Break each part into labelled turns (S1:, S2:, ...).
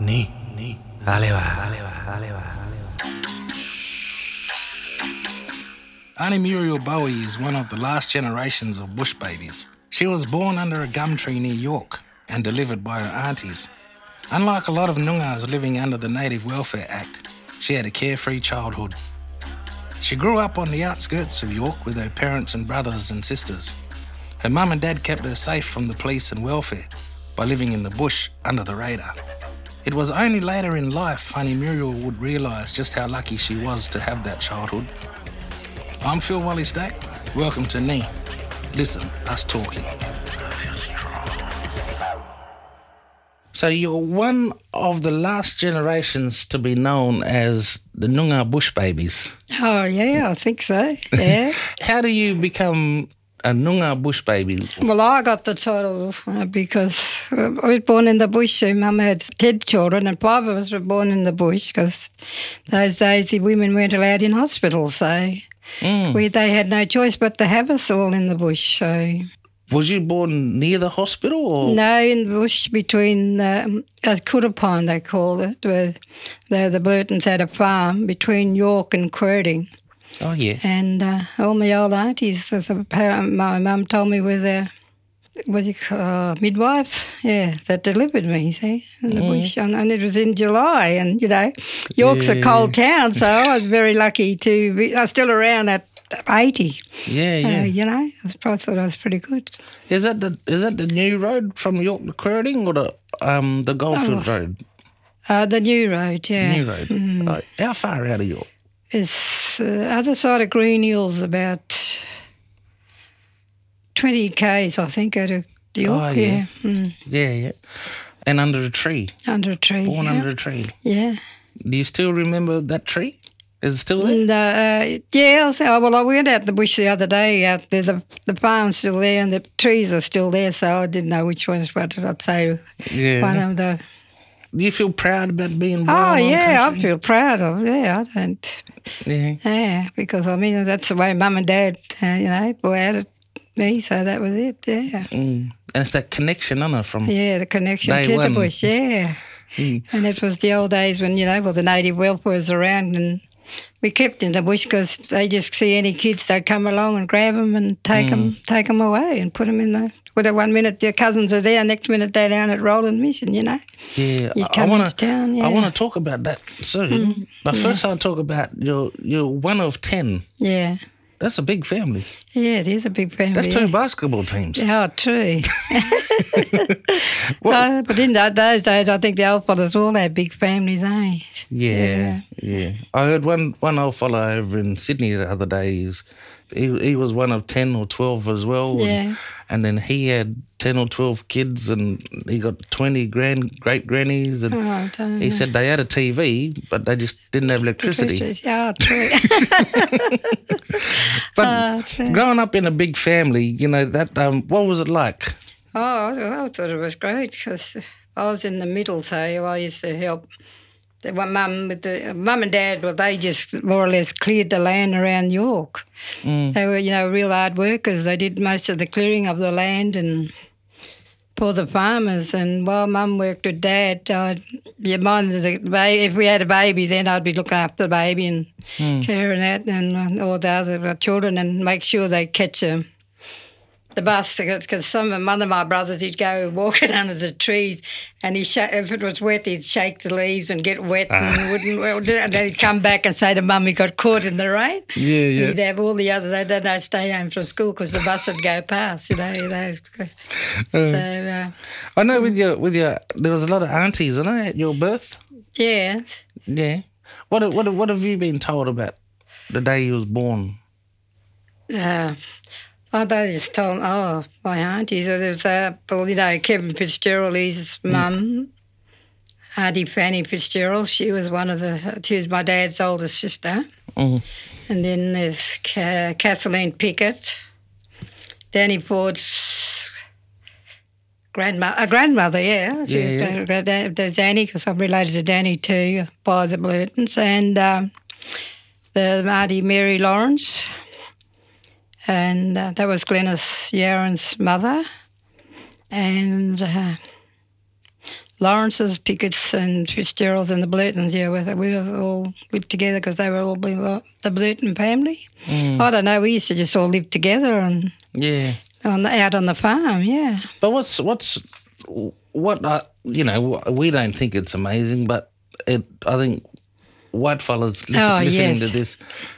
S1: Ni, ni. Ale va, ale va, ale va.
S2: Auntie Muriel Bowie is one of the last generations of bush babies. She was born under a gum tree near York and delivered by her aunties. Unlike a lot of Noongas living under the Native Welfare Act, she had a carefree childhood. She grew up on the outskirts of York with her parents and brothers and sisters. Her mum and dad kept her safe from the police and welfare by living in the bush under the radar. It was only later in life Honey Muriel would realise just how lucky she was to have that childhood. I'm Phil Wally Stack. Welcome to Nee. Listen, us talking. So you're one of the last generations to be known as the Noongar bush babies.
S3: Oh, yeah, I think so. Yeah.
S2: How do you become a Noongar bush baby?
S3: well, I got the title uh, because uh, I was born in the bush. So Mum had 10 children, and five of us were born in the bush because those days the women weren't allowed in hospital. So we, they had no choice but to have us all in the bush. So.
S2: Was you born near the hospital or
S3: No, in the bush between um, uh, Cootapine, they call it, where the, the Blurtons had a farm between York and Querding.
S2: Oh yeah.
S3: And uh, all my old aunties, the- the par- my mum told me, were the what do you call, uh, midwives, yeah, that delivered me, see, in the bush.
S2: Mm.
S3: And, and it was in July, and, you know, York's a cold town, so I was very lucky to be, I was still around at 80,
S2: Yeah, yeah.
S3: uh, you know. I probably thought I was pretty good.
S2: Is that the is that the new road from York to Croydon or the um the Goldfield Road?
S3: Uh, the new road, Oh, yeah. Mm.
S2: New road. Oh, how far out of York?
S3: It's uh, other side of Green Hills, about twenty k's, I think, out of York.
S2: Oh, yeah.
S3: yeah, Mm,
S2: Yeah, yeah. And under a tree.
S3: under a tree.
S2: Born
S3: yeah.
S2: under a tree.
S3: yeah.
S2: Do you still remember that tree? Is it still there?
S3: And, uh, uh, yeah, I said- oh, well, I went out the bush the other day. Out there, the, the farm's still there, and the trees are still there. So I didn't know which ones, but I'd say
S2: Yeah.
S3: one of the.
S2: Do you feel proud about being born?
S3: Oh,
S2: on
S3: yeah, I
S2: country?
S3: feel proud of. Yeah, I don't.
S2: Yeah.
S3: Yeah, because I mean that's the way Mum and Dad, uh, you know, were out at me. So that was it. Yeah.
S2: Mm. And it's that connection, isn't it? From
S3: Yeah, the connection
S2: Day
S3: to
S2: one. Hmm.
S3: the bush, yeah. And it was the old days when, you know, well, the native welfare was around and we kept in the bush because they just see any kids, they'd come along and grab them and take
S2: Hmm.
S3: them away and put them in the. Well, one minute their cousins are there, next minute they're down at Roland Mission, you know.
S2: yeah,
S3: You
S2: I- I
S3: come
S2: want
S3: into town, yeah. Mm.
S2: I want to talk about that soon. But first, I'll talk about you're you're one of ten.
S3: Yeah.
S2: That's a big family.
S3: Yeah, it is a big family.
S2: That's
S3: yeah.
S2: two basketball teams.
S3: Oh, true. Uh, but in tho- those days, I think the old fellas all had big families, eh?
S2: Yeah, yeah. I heard one one old fellow over in Sydney the other day. He's, he he was one of ten or twelve as well.
S3: Yeah.
S2: And, and then he had ten or twelve kids, and he got twenty grand great grannies. And
S3: Oh, I don't
S2: he
S3: know.
S2: said they had a TV, but they just didn't have electricity.
S3: Oh, true.
S2: But
S3: Oh, true.
S2: growing up in a big family, you know that. Um, what was it like?
S3: Oh, I thought- I thought it was great because I was in the middle, so I used to help. The, my mum with the mum and dad, well, they just more or less cleared the land around York. They were, you know, real hard workers. They did most of the clearing of the land and for the farmers. And while mum worked with dad, I'd yeah, mind the baby. If we had a baby, then I'd be looking after the baby and caring that and uh, all the other children and make sure they catch them the bus because some of one of my brothers he'd go walking under the trees and he sha- if it was wet he'd shake the leaves and get wet and wouldn't well, and then he'd come back and say to mum he got caught in the rain
S2: Yeah, yeah.
S3: he'd have all the other they then they'd stay home from school because the bus would go past you know those, so uh,
S2: I know with your with your there was a lot of aunties, and I at your birth.
S3: yeah
S2: Yeah. What what what have you been told about the day you was born?
S3: uh, Oh, they just told oh, my aunties. It was, uh, well, you know, Kevin Fitzgerald, his mum, Auntie Fanny Fitzgerald. She was one of the, she was my dad's older sister.
S2: Mhm.
S3: And then there's Ca- Kathleen Pickett, Danny Ford's grandmother, uh, grandmother, yeah. She
S2: Yeah,
S3: was
S2: yeah.
S3: grand- grand- there's Danny, because I'm related to Danny too, by the Blurtons. And um, the Auntie Mary Lawrence. And uh, that was Glennis Yaron's mother. And uh, Lawrence's, Pickett's, and Fitzgerald's, and the Blurtons. Yeah, we, we all lived together because they were all be like the Blurton family.
S4: Mm.
S3: I don't know. We used to just all live together and
S4: Yeah.
S3: on the, out on the farm. Yeah.
S4: But what's what's what I you know we don't think it's amazing, but it I think white fellas listen,
S3: Oh,
S4: listening
S3: yes.
S4: to this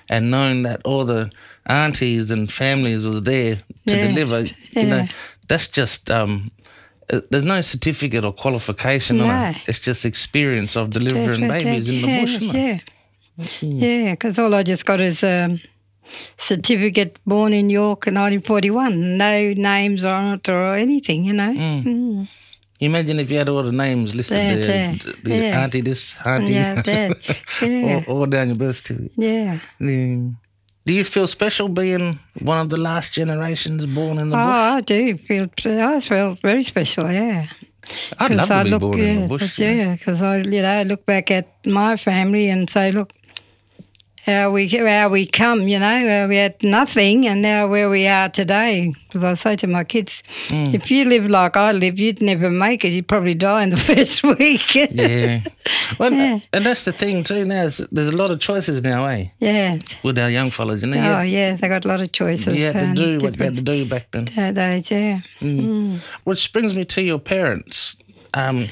S4: and knowing that all the aunties and families was there to
S3: Yeah.
S4: deliver, you know,
S3: Yeah.
S4: that's just um. uh, There's no certificate or qualification on it.
S3: No.
S4: It's just experience of delivering babies in the
S3: yeah,
S4: bush. Mm-hmm. isn't it?
S3: Yeah. Yeah, because all I just got is a certificate born in York in 1941. No names on it or anything, you know. Mm.
S4: Imagine if you had all the names listed
S3: Yeah,
S4: there.
S3: yeah.
S4: the
S3: Yeah.
S4: Auntie this, auntie
S3: Yeah, that. Yeah.
S4: all, all down your birth certificate.
S3: yeah.
S4: Yeah. Do you feel special being one of the last generations born in the
S3: Oh,
S4: bush?
S3: I do feel, I feel very special, yeah.
S4: I'd love
S3: 'Cause
S4: to
S3: I
S4: be
S3: look,
S4: born
S3: yeah,
S4: in the bush. you know.
S3: Yeah, because I, you know, look back at my family and say, look, how we how we come, you know, how we had nothing, and now where we are today. Because I say to my kids,
S4: Mm.
S3: if you live like I live, you'd never make it. You'd probably die in the first week.
S4: Yeah. Well,
S3: Yeah.
S4: and that's the thing too. Now is there's a lot of choices now, eh?
S3: yeah.
S4: With our young fellas, you know,
S3: Oh, yeah. They got a lot of
S4: you,
S3: choices.
S4: you had to
S3: and
S4: do what you had
S3: different
S4: to do back then.
S3: nowadays, yeah.
S4: Which brings me to your parents, um,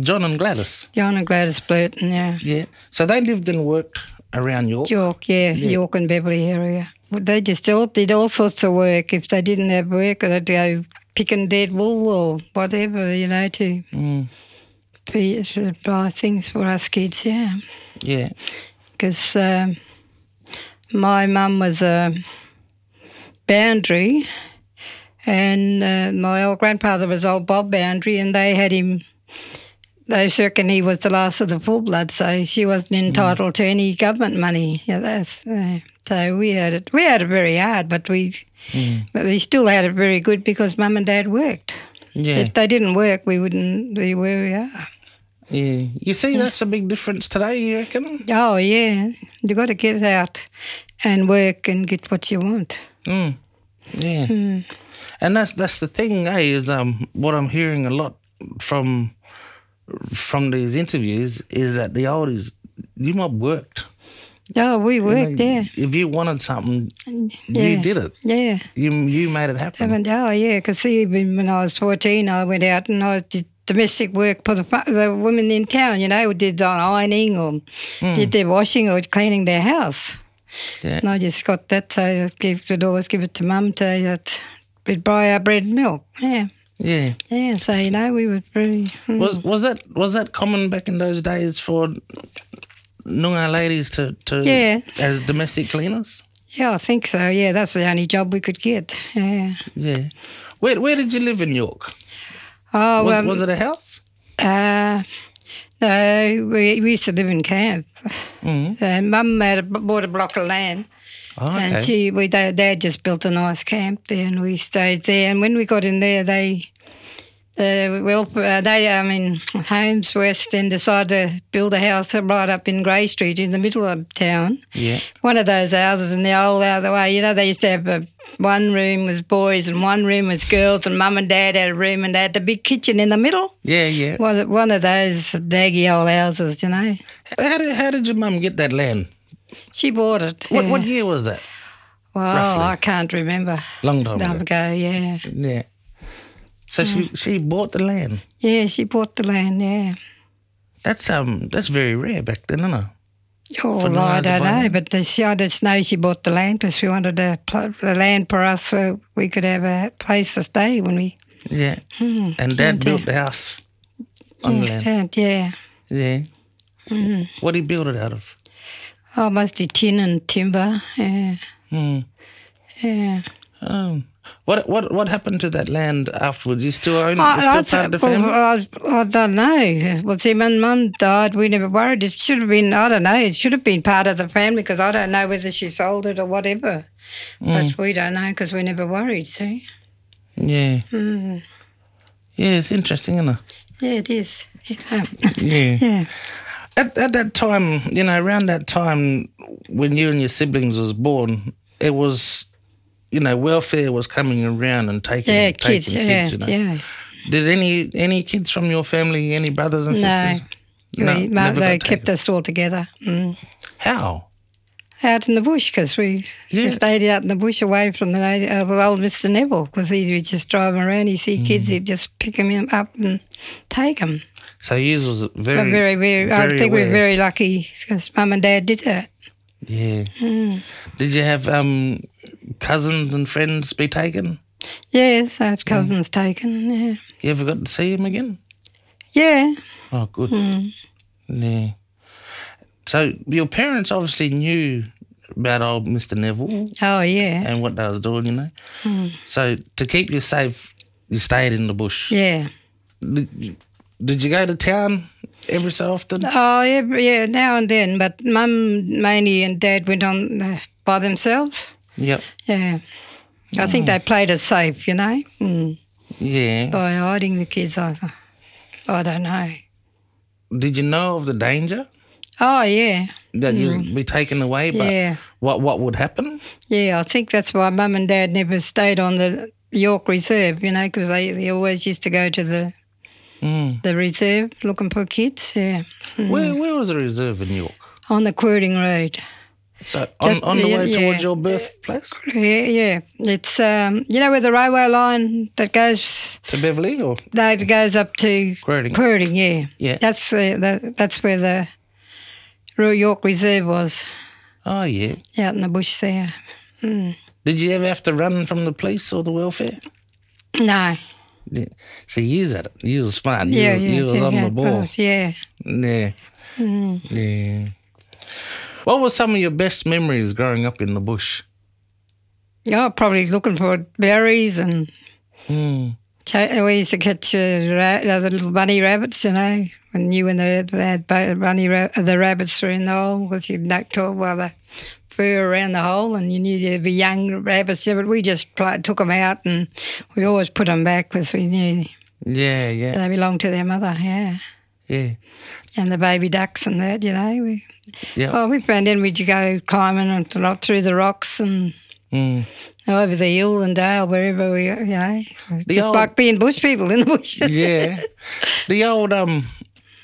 S4: John and Gladys.
S3: John and Gladys Blurton, yeah.
S4: Yeah. So they lived and worked around York.
S3: York, yeah, York and Beverly area. Well, They just all did all sorts of work. If they didn't have work, they'd go picking dead wool or whatever, you know, to be, to buy things for us kids, yeah.
S4: Yeah.
S3: Because um, my mum was a boundary, and uh, my old grandfather was old Bob Boundary, and they had him. They reckon he was the last of the full blood, so she wasn't entitled to any government money. Yeah, that's, uh, so we had it. We had it very hard, but we, but we still had it very good because mum and dad worked.
S4: Yeah.
S3: If they didn't work, we wouldn't be where we are.
S4: yeah. You see, that's a big difference today. You reckon?
S3: Oh yeah, you got to get out and work and get what you want.
S4: Yeah. Hmm. And that's that's the thing, eh, is um what I'm hearing a lot from from these interviews is that the oldies you mob worked.
S3: Oh, we worked, yeah,
S4: If you wanted something, you
S3: Yeah.
S4: did it.
S3: yeah.
S4: You you made it happen.
S3: Haven't oh yeah, because even when I was fourteen, I went out and I did domestic work for the, fa- the women in town. You know, did on ironing or
S4: Hmm.
S3: did their washing or cleaning their house.
S4: Yeah.
S3: And I just got that. So I give it always give it to mum to that. We'd buy our bread and milk. Yeah,
S4: Yeah.
S3: yeah. So you know, we were very. mm.
S4: Was was that was that common back in those days for Noongar ladies to, to
S3: Yeah.
S4: as domestic cleaners?
S3: Yeah, I think so. Yeah, that's the only job we could get. Yeah.
S4: Yeah. Where where did you live in York?
S3: Oh
S4: Was,
S3: well,
S4: was it a house?
S3: Uh, no, we, we used to live in camp. And Mum had a, bought a block of land,
S4: Oh,
S3: and she we they, Dad just built a nice camp there, and we stayed there. And when we got in there, they uh, well uh, they I mean Holmes West then decided to build a house right up in Grey Street in the middle of town
S4: yeah.
S3: one of those houses in the old out of the way. You know, they used to have a, one room was boys and one room was girls, and mum and dad had a room, and they had the big kitchen in the middle.
S4: Yeah, yeah.
S3: One, of- one of those daggy old houses, you know.
S4: How did, how did your mum get that land?
S3: She bought it.
S4: What
S3: yeah.
S4: what year was that?
S3: Well,
S4: roughly? Oh,
S3: I can't remember.
S4: Long time
S3: Time
S4: ago.
S3: ago, Mm. yeah.
S4: Yeah. So she she bought the land.
S3: Yeah, she bought the land, yeah.
S4: That's um that's very rare back then, isn't it?
S3: Oh,
S4: For
S3: well,
S4: the
S3: I
S4: land to
S3: don't
S4: buy
S3: know,
S4: land?
S3: but the, she, I just know she bought the land because we wanted a, pl- the land for us so we could have a place to stay when we
S4: Yeah.
S3: Mm.
S4: and dad built the house on the land.
S3: returned, yeah.
S4: Yeah.
S3: Mm-hmm.
S4: What did he build it out of?
S3: Oh, mostly tin and timber, yeah. Mm. Yeah.
S4: Um, what what what happened to that land afterwards? You still own it? You
S3: I,
S4: still
S3: I'd
S4: part
S3: say-
S4: of the
S3: Oh, well, uh,
S4: family?
S3: I, I don't know. Well, see, when mum died, we never worried. It should have been, I don't know, it should have been part of the family because I don't know whether she sold it or whatever.
S4: Mm.
S3: But we don't know because we never worried, see?
S4: Yeah.
S3: Mm.
S4: Yeah, it's interesting, isn't it?
S3: Yeah, it is. Yeah.
S4: Yeah.
S3: yeah.
S4: At, at that time, you know, around that time when you and your siblings was born, it was, you know, welfare was coming around and taking,
S3: Yeah,
S4: taking
S3: kids,
S4: kids,
S3: yeah,
S4: you know.
S3: yeah,
S4: Did any any kids from your family, any brothers and
S3: No.
S4: sisters?
S3: we, ma-
S4: never
S3: they
S4: got
S3: kept
S4: taken.
S3: us all together. Mm.
S4: How?
S3: Out in the bush because we we
S4: Yeah.
S3: stayed out in the bush away from the na- uh, well, old Mr. Neville because he would just drive 'em around. He see kids,
S4: Mm.
S3: he'd just pick 'em in up and take 'em.
S4: So yours was
S3: But
S4: very,
S3: very, very, I think
S4: aware.
S3: we're very lucky because mum and dad did that.
S4: Yeah.
S3: Hmm.
S4: Did you have um, cousins and friends be taken?
S3: Yes, I had cousins taken. Yeah,
S4: You ever got to see them again?
S3: yeah.
S4: Oh, good.
S3: Hmm.
S4: Yeah. So your parents obviously knew about old Mister Neville
S3: Oh, yeah,
S4: and what they was doing, you know.
S3: Hmm.
S4: So to keep you safe, you stayed in the bush.
S3: yeah.
S4: Did, you, did you go to town every so often?
S3: Oh, every, yeah. Now and then, but mum mainly and dad went on uh, by themselves.
S4: Yep.
S3: Yeah, I think
S4: Mm.
S3: they played it safe, you know, mm.
S4: Yeah.
S3: by hiding the kids. I, th- I don't know.
S4: Did you know of the danger
S3: Oh, yeah,
S4: that you'd be taken away? But
S3: Hmm. yeah,
S4: what what would happen?
S3: yeah. I think that's why mum and dad never stayed on the York Reserve, you know, because they, they always used to go to the
S4: Mm.
S3: the reserve looking for kids. Yeah,
S4: Where where was the reserve in York?
S3: on the Quirting Road.
S4: So on,
S3: Just-
S4: on the
S3: yeah,
S4: way
S3: yeah.
S4: towards your birthplace
S3: Yeah, yeah. It's um, you know where the railway line that goes
S4: to Beverly or
S3: that goes up to
S4: Quirting?
S3: Quirting. Yeah,
S4: Yeah.
S3: That's uh, that, that's where the Royal York Reserve was
S4: Oh yeah.
S3: out in the bush there.
S4: Did you ever have to run from the police or the welfare?
S3: No,
S4: Yeah. See, you was at it. You was smart. You,
S3: yeah,
S4: was-
S3: yeah,
S4: you was
S3: yeah,
S4: on
S3: yeah, Mm.
S4: the ball.
S3: right, Yeah.
S4: Yeah. Yeah. What were some of your best memories growing up in the bush?
S3: Oh, probably looking for berries and
S4: Mm.
S3: cha- we used to catch uh, ra- uh, the little bunny rabbits. You know, when you and the had bo- bunny ra- uh, the rabbits were in the hole because you'd knock to it while the fur around the hole, and you knew there'd be young rabbits there. But we just pl- took them out, and we always put them back because we knew
S4: Yeah, yeah,
S3: they belonged to their mother. Yeah.
S4: yeah,
S3: And the baby ducks and that, you know. We,
S4: yeah.
S3: oh, we found then we'd go climbing and ro- through the rocks and
S4: Mm.
S3: over the hill and dale, wherever we, you know.
S4: The
S3: just
S4: old-
S3: like being bush people in the bushes.
S4: yeah. The old um,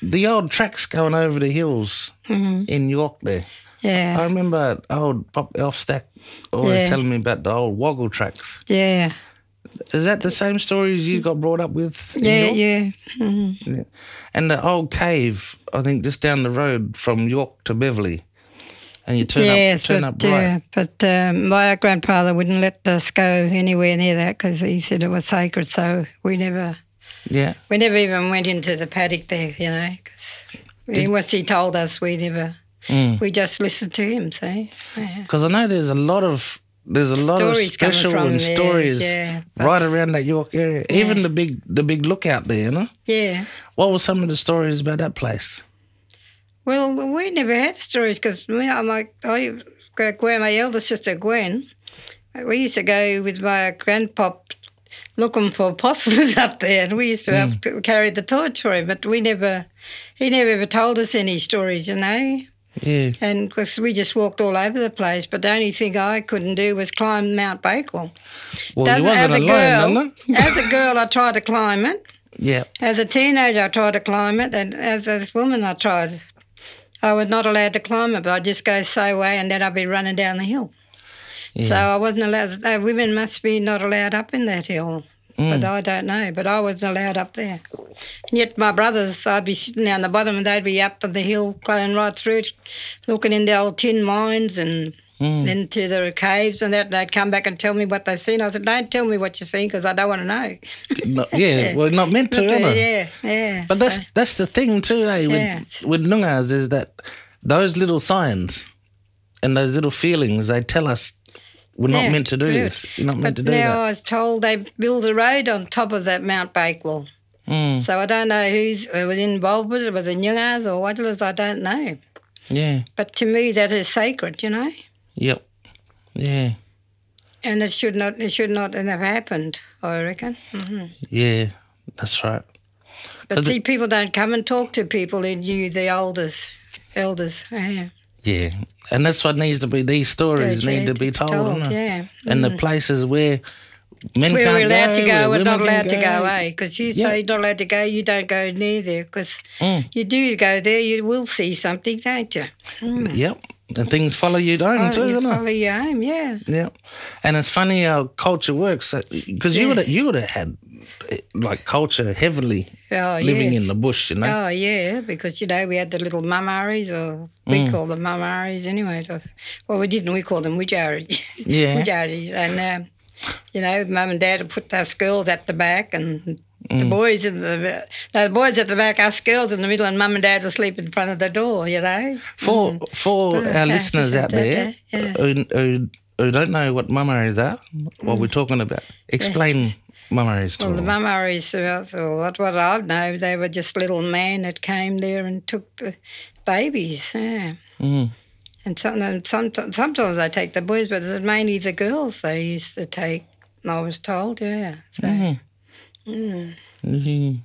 S4: the old tracks going over the hills
S3: Mm-hmm.
S4: in York there.
S3: Yeah.
S4: I remember old Pop Elf Stack always
S3: Yeah.
S4: telling me about the old woggle tracks.
S3: Yeah,
S4: Is that the same story as you got brought up with? in
S3: yeah,
S4: York?
S3: yeah.
S4: And the old cave, I think, just down the road from York to Beverly. And you turn
S3: yes,
S4: up, turn
S3: but
S4: up right.
S3: uh, but um, my grandfather wouldn't let us go anywhere near that because he said it was sacred. So we never
S4: Yeah.
S3: we never even went into the paddock there, you know, because once he told us, we never
S4: Mm.
S3: we just listened to him. See, yeah.
S4: Because I know there's a lot of there's a lot
S3: Stories
S4: of
S3: coming
S4: special
S3: from
S4: and
S3: there,
S4: stories
S3: yeah, but-
S4: right around that York area. Even the big the big lookout there, you know.
S3: yeah.
S4: What were some of the stories about that place?
S3: Well, we never had stories because my I, Gwen, my elder sister Gwen, uh, we used to go with my grandpop looking for possums up there, and we used to,
S4: Hmm.
S3: have to carry the torch for him. But we never, he never ever told us any stories, you know.
S4: Yeah.
S3: And 'cause we just walked all over the place. But the only thing I couldn't do was climb Mount Bakewell.
S4: Well,
S3: As-
S4: you wasn't
S3: as a
S4: alone,
S3: girl,
S4: wasn't it?
S3: as a girl, I tried to climb it.
S4: Yeah.
S3: As a teenager, I tried to climb it, and as a woman, I tried. I was not allowed to climb it, but I'd just go so way, and then I'd be running down the hill. So I wasn't allowed. Uh, women must be not allowed up in that hill,
S4: Mm.
S3: but I don't know. But I wasn't allowed up there. And yet my brothers, I'd be sitting down the bottom, and they'd be up on the hill, going right through, it, looking in the old tin mines and.
S4: Mm.
S3: Into the caves and that, and they'd come back and tell me what they've seen. I said, "Don't tell me what you've seen because I don't want to know."
S4: No, yeah. Well, not meant to, am I?
S3: yeah, yeah.
S4: But that's that's the thing too, eh? With
S3: Yeah.
S4: with nungas is that those little signs and those little feelings they tell us we're
S3: Yeah,
S4: not meant to do
S3: true.
S4: this. You're not meant to
S3: But
S4: do
S3: now uh,
S4: that.
S3: I was told they build a road on top of that Mount Bakewell.
S4: Mm,
S3: So I don't know who's who was involved with it, whether Nyungas or Wadlers, I don't know.
S4: yeah.
S3: But to me, that is sacred, you know,
S4: Yep. Yeah.
S3: and it should not it should not have happened. I reckon. Mm-hmm.
S4: Yeah. That's right.
S3: But
S4: Does it-
S3: see, people don't come and talk to people in you, the uh, elders, elders. Yeah,
S4: Yeah. And that's what needs to be these stories
S3: Those
S4: need to
S3: red
S4: be told,
S3: told,
S4: isn't it?
S3: yeah.
S4: And the places where men
S3: We
S4: can't
S3: were allowed to go, we're
S4: women
S3: not
S4: can
S3: allowed to go,
S4: go.
S3: eh? Because you
S4: Yeah. Mm.
S3: say you're not allowed to go, you don't go near there. Because you do go there, you will see something, don't you? eh?
S4: Yep. And things follow you down
S3: Follow,
S4: too,
S3: you
S4: you know.
S3: follow your home, yeah.
S4: Yeah, and it's funny how culture works because you
S3: Yeah.
S4: would you would have had eh, like culture heavily
S3: Oh,
S4: living
S3: yes.
S4: in the bush, you know.
S3: Oh yeah, because you know we had the little mamaris, or we
S4: Mm.
S3: call them mamaris anyway. so- Well, we didn't. We call them wijaris.
S4: Yeah.
S3: wijaris, and um, you know, mum and dad would put us girls at the back and. The
S4: Mm.
S3: boys in the no, the boys at the back, us girls in the middle, and mum and dad asleep in front of the door. You know, Mm.
S4: For
S3: mm-hmm.
S4: for
S3: Okay,
S4: our listeners out there
S3: Oh, okay, yeah. Mm.
S4: who, who who don't know what mummaries are, what we're talking about, explain mummaries to
S3: Well, the
S4: them.
S3: mummaries, well, what, what I know, they were just little men that came there and took the babies. Yeah.
S4: Mm.
S3: And sometimes, sometimes, sometimes they take the boys, but it's mainly the girls they used to take. I was told, yeah. So,
S4: Mm-hmm. Mhm.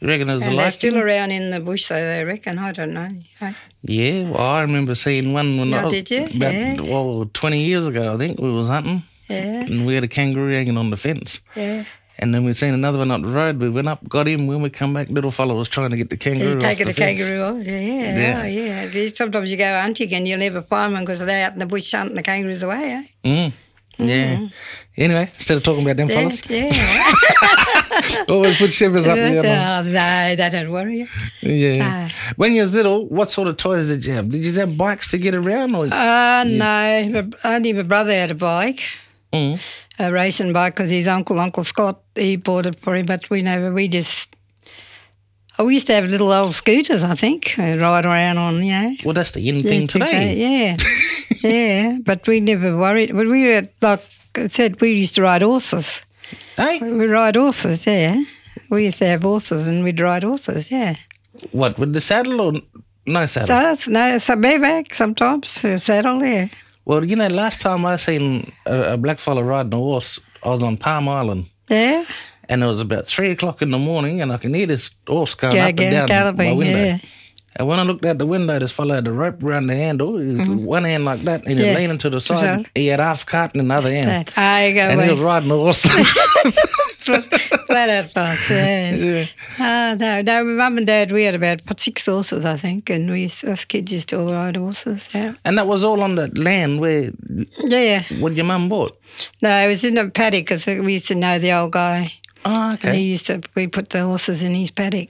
S4: You reckon there's a
S3: and they're
S4: like?
S3: still around in the bush, so they reckon. I don't know. I-
S4: Yeah, well, I remember seeing one when I
S3: Oh,
S4: was
S3: did you?
S4: about
S3: Yeah.
S4: well twenty years ago, I think we was hunting
S3: Yeah,
S4: and we had a kangaroo hanging on the fence.
S3: yeah.
S4: And then we'd seen another one up the road. We went up, got him. When we come back, little fella was trying to get the kangaroo.
S3: You take
S4: off
S3: the,
S4: the fence.
S3: kangaroo off, yeah, yeah,
S4: Yeah.
S3: oh, yeah. See, Sometimes you go hunting and you'll never find one because they're out in the bush hunting the kangaroos away, eh?
S4: Mm. Yeah.
S3: Mm-hmm.
S4: Anyway, instead of talking about them fellas,
S3: Yeah, yeah.
S4: always put shivers up your arm.
S3: oh, no, they don't worry you.
S4: Yeah. When you was little, what sort of toys did you have? Did you have bikes to get around? Or
S3: Uh, no, my- only my brother had a bike,
S4: Mm.
S3: a racing bike, because his uncle, Uncle Scott, he bought it for him. But we never, we just, oh, we used to have little old scooters, I think, and ride around on, you know.
S4: well, that's the in thing
S3: Yeah,
S4: today.
S3: Yeah, yeah. But we never worried. But we were like I said, we used to ride horses.
S4: Hey,
S3: We ride horses, yeah. We used to have horses, and we'd ride horses, yeah.
S4: what with the saddle or no
S3: So
S4: saddle?
S3: that's no, so bareback sometimes uh, saddle, yeah.
S4: well, you know, last time I seen a, a black fella riding a horse, I was on Palm Island.
S3: Yeah,
S4: And it was about three o'clock in the morning, and I can hear this horse going
S3: yeah,
S4: up and
S3: yeah,
S4: down my
S3: galloping,
S4: window.
S3: yeah.
S4: And when I looked out the window, this fellow had the rope around the handle, his one hand like that, and he
S3: Mm-hmm. Yeah.
S4: was leaning to the side.
S3: Exactly.
S4: He had half cart in the other hand.
S3: That. I go
S4: And he was
S3: away.
S4: riding the horse.
S3: Flat out fast, yeah.
S4: yeah.
S3: Ah, no, no, my mum and dad, we had about six horses, I think, and we used, us kids used to all ride horses, yeah.
S4: And that was all on that land where
S3: Yeah,
S4: what your mum bought.
S3: no, it was in a paddock because we used to know the old guy.
S4: Oh,
S3: And he
S4: okay.
S3: used to, we put the horses in his paddock.